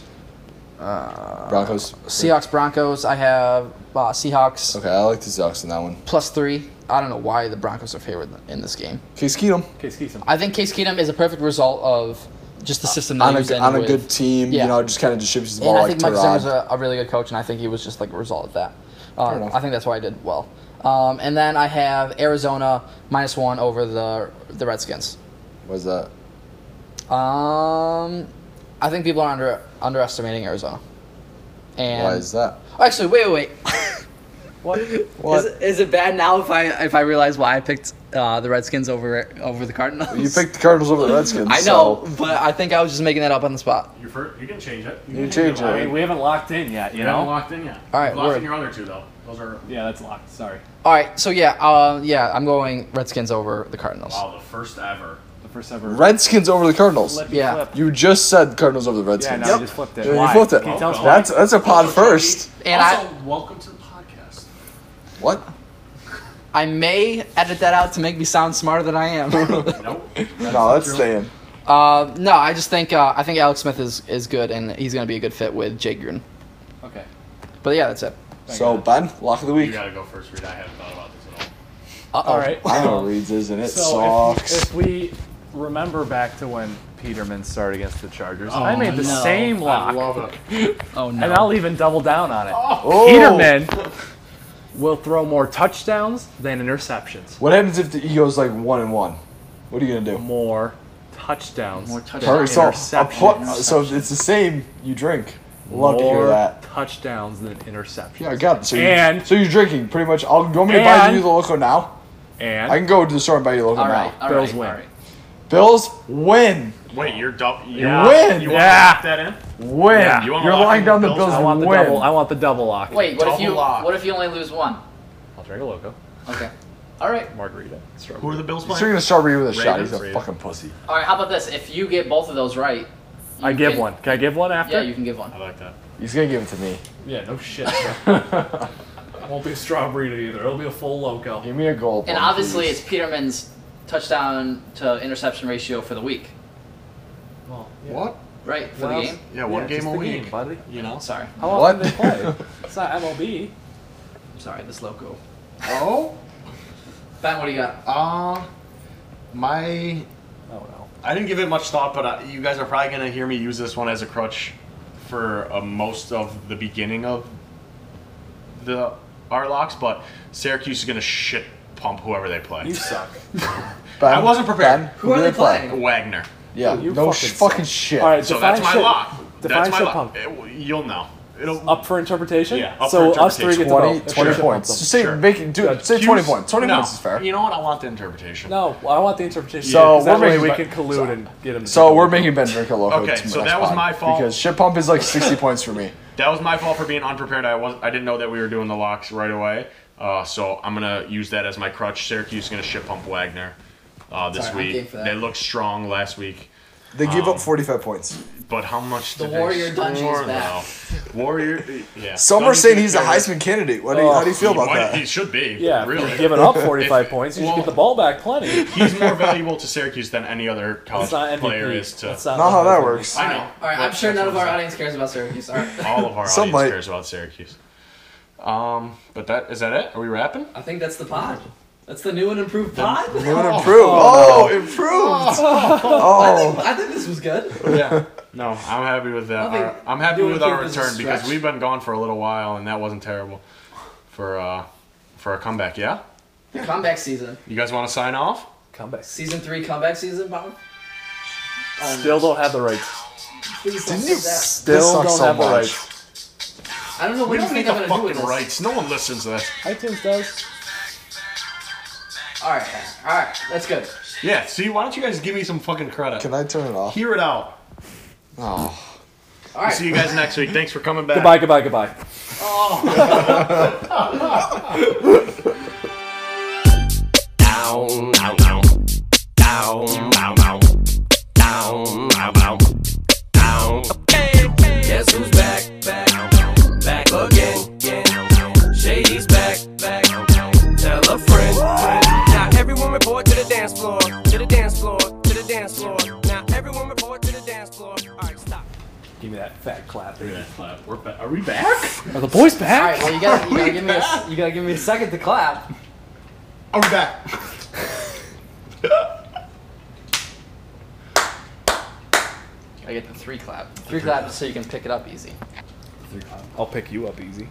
S4: Uh,
S3: Broncos.
S4: Seahawks Broncos. I have uh, Seahawks
S3: Okay, I like the Seahawks in that one.
S4: plus three. I don't know why the Broncos are favored in this game.
S3: Case Keenum
S2: Okay, ski some.
S4: I think Case Keenum is a perfect result of just the system that
S3: on
S4: he was
S3: a
S4: in
S3: on a
S4: with-
S3: good team,
S4: Yeah.
S3: you know, just kind of distributes the ball
S4: And I
S3: like
S4: think Mike
S3: Tyrod.
S4: Zimmer's a, a really good coach, and I think he was just like a result of that. Um,
S3: enough.
S4: I think that's why I did well. Um, and then I have Arizona minus one over the the Redskins.
S3: Was that?
S4: Um, I think people are under underestimating Arizona. And
S3: Why is that?
S4: actually, wait, wait, wait.
S2: What?
S3: What?
S4: Is, it- is it bad now if I if I realize why I picked uh, the Redskins over over the Cardinals?
S3: You picked the Cardinals over the Redskins.
S4: I know, but I think I was just making that up on the spot.
S5: You first, you can change it.
S3: You change
S2: I
S3: it.
S2: mean, we haven't locked in yet. You
S5: You haven't
S2: know.
S5: locked in yet.
S4: All right,
S5: You've locked
S4: word.
S5: in your other two though. Those are
S2: Yeah, that's locked. Sorry.
S4: All right, so yeah, uh, yeah, I'm going Redskins over the Cardinals.
S5: wow, the first ever.
S2: The first ever.
S3: So. Redskins over the Cardinals.
S2: Flippy
S4: Yeah.
S2: flip.
S3: You just said Cardinals over the
S2: Yeah,
S3: Redskins.
S2: no, you just flipped it.
S3: Yeah, you
S2: Why?
S3: flipped it.
S2: Can you tell us why? Oh,
S3: That's that's a pod first.
S4: And
S5: also,
S4: I
S5: welcome to the podcast.
S3: What?
S4: I may edit that out to make me sound smarter than I am.
S5: Nope.
S3: no, that's staying.
S4: uh, no, I just think uh, I think Alex Smith is, is good, and he's gonna be a good fit with Jake Gruden.
S2: Okay.
S4: But yeah, that's it.
S3: So Ben, lock of the
S5: You
S3: week.
S5: gotta go first, Reed. I haven't thought about this at all.
S4: Uh-oh.
S2: All right.
S3: Oh, I know Reed's isn't it
S2: So if,
S3: sucks.
S2: if we remember back to when Peterman started against the Chargers,
S5: Oh,
S2: I made the
S4: no.
S2: same
S5: I
S2: lock,
S5: love it.
S4: Oh no.
S2: and I'll even double down on it.
S3: Oh.
S2: Peterman will throw more touchdowns than interceptions.
S3: What happens if the Eagles like one and one? What are you gonna do?
S2: More touchdowns.
S4: More touchdowns.
S3: Perfect. So, a pl-
S2: Interceptions.
S3: so if it's the same. You drink. Love to hear
S2: More
S3: that.
S2: touchdowns than interceptions.
S3: Yeah, I got it. So, you,
S2: And-
S3: so you're drinking pretty much. I'll go me to buy
S2: And-
S3: you the loco now.
S2: And
S3: I can go to the store and buy you the loco
S4: all
S3: now.
S4: right. All
S2: Bills
S4: right.
S2: win.
S4: all right.
S3: Bills win.
S5: Wait, you're double. You
S2: Yeah.
S3: win.
S5: You
S2: Yeah.
S5: want to that in?
S3: Win.
S5: Yeah, you wanna
S3: You're
S5: lock
S3: lying
S5: in
S3: down the
S5: the
S3: Bills,
S5: Bills?
S2: I want the
S3: win.
S2: double. I want the double lock.
S4: Wait, what if
S5: Double
S4: you
S5: lock.
S4: what if you only lose one?
S2: I'll drink a loco.
S4: Okay. All right.
S7: margarita. Strawberry.
S5: Who are the Bills
S3: He's drinking
S5: playing?
S3: a strawberry with a shot.
S5: Ravens,
S3: He's a
S5: Ravens.
S3: fucking pussy.
S4: All right. How about this? If you get both of those right,
S7: I
S4: you
S7: give
S4: can-
S7: one. Can I give one after?
S4: Yeah, you can give one.
S5: I like that.
S3: He's gonna give it to me.
S2: Yeah, no shit. it won't be a strawberry either. It'll be a full loco.
S3: Give me a gold.
S4: And
S3: one,
S4: obviously,
S3: please.
S4: it's Peterman's touchdown to interception ratio for the week,
S2: Well, yeah.
S3: what?
S4: right? For
S2: Well,
S4: the game.
S5: Yeah, one
S2: just
S5: game a
S2: the
S5: week.
S2: buddy.
S5: you know,
S4: Sorry.
S2: How
S3: What?
S2: often do they play? It's not MLB.
S4: Sorry. This loco.
S7: Oh.
S4: Ben, what do you got?
S5: Uh, my
S2: Oh no.
S5: I didn't give it much thought, but uh you guys are probably gonna hear me use this one as a crutch for uh, most of the beginning of the our locks. But Syracuse is gonna shit pump whoever they play.
S2: You suck.
S3: Ben?
S5: I wasn't prepared.
S3: Ben?
S4: Who are
S3: do
S4: they playing?
S5: Wagner.
S3: Yeah,
S2: You fucking
S3: no fucking,
S2: suck.
S3: fucking shit.
S2: All right,
S5: So
S2: define
S5: that's my
S2: shit.
S5: lock.
S2: Define
S5: that's my
S2: shit
S5: lock.
S2: pump.
S5: It will- you'll know. It'll
S2: Up for interpretation.
S5: Yeah, up
S2: so
S5: for
S2: us three get to
S3: 20,
S2: vote.
S3: 20
S2: Shit
S3: points.
S2: pump them.
S3: Say,
S5: Sure.
S3: make it, dude, say 20 points. 20
S5: No.
S3: points is fair.
S5: You know what? I want the interpretation.
S2: No, I want the interpretation.
S3: So,
S2: 'cause that
S3: we're
S2: way
S3: making
S2: we
S3: ba-
S2: can collude and get him. to
S3: So
S2: do
S3: we're
S2: it.
S3: making Ben drink a local.
S5: Okay, so that was my fault.
S3: Because shit pump is like 60 points for me.
S5: That was my fault for being unprepared. I was I didn't know that we were doing the locks right away. Uh, so I'm gonna use that as my crutch. Syracuse is gonna ship pump Wagner uh, this
S4: Sorry, I'm game
S5: week.
S4: for that.
S5: They looked strong last week,
S3: They give
S5: Um,
S3: up 45 points.
S5: but how much did
S4: Warrior
S5: they
S4: Dungy's
S5: score, though?
S4: back.
S5: Warrior, yeah.
S3: Some are
S5: Dungy's
S3: saying he's a
S5: gonna-
S3: Heisman candidate. What do you, how do you feel
S5: Oh, He
S3: about
S5: might-
S3: that?
S5: He should be.
S2: Yeah, if
S5: really.
S2: you're giving up 45 points, you should
S5: Well-
S2: get the ball back plenty.
S5: he's more valuable to Syracuse than any other college
S2: That's not MVP.
S5: player is to.
S2: That's not
S3: Not how
S2: what
S3: that
S2: it
S3: works.
S5: I know.
S4: All right. I'm
S5: but
S4: sure
S5: that's
S4: none
S5: what
S4: of
S5: I'm
S4: our
S5: saying.
S4: audience cares about Syracuse. All right.
S5: All of our
S3: Some
S5: audience
S3: might.
S5: cares about Syracuse. Um, but that is that it? Are we wrapping?
S4: I think that's the pod. That's the new and improved pod.
S3: It would improve. Oh, improved. Oh.
S4: I think this was good.
S5: yeah. No, I'm happy with that.
S4: Nothing-
S5: Our- I'm happy
S4: doing
S5: with our
S4: things is a
S5: return because
S4: stretch.
S5: we've been gone for a little while, and that wasn't terrible for uh, for a comeback. Yeah,
S4: Comeback season.
S5: you guys want to sign off?
S2: Comeback.
S4: Season three comeback season, Bob. Oh,
S2: Still don't have the rights.
S4: Please don't
S3: Didn't
S4: say
S3: you?
S4: that.
S3: this
S2: Still
S3: sucks
S2: don't
S3: so
S2: have the
S3: much.
S2: rights.
S4: I don't know
S5: We
S4: what you
S5: don't need
S4: think
S5: the
S4: I'm gonna do with
S5: fucking
S4: this.
S5: rights. No one listens to this.
S2: iTunes does.
S4: All right, all right, that's good.
S5: Yeah. See, why don't you guys give me some fucking credit?
S3: Can I turn it off?
S5: Hear it out.
S3: Oh.
S4: All right.
S5: See you guys next week. Thanks for coming back.
S2: Goodbye, goodbye, goodbye.
S8: down, down, down, down, down, down, down, down, down, down. Guess who's back, back, back again? Shady's back, back. Tell a friend, friend. Now everyone report to the dance floor, to the dance floor, to the dance floor. Now everyone report to the dance floor. All right, stop.
S2: Give me that fat clap. Are
S5: We're ba- Are we back?
S2: the boys back?
S4: all right, well you gotta, you gotta give me a, you gotta give me a second to clap.
S5: Are we back?
S4: I get the three clap. Three clap so you can pick it up easy.
S2: I'll pick you up easy.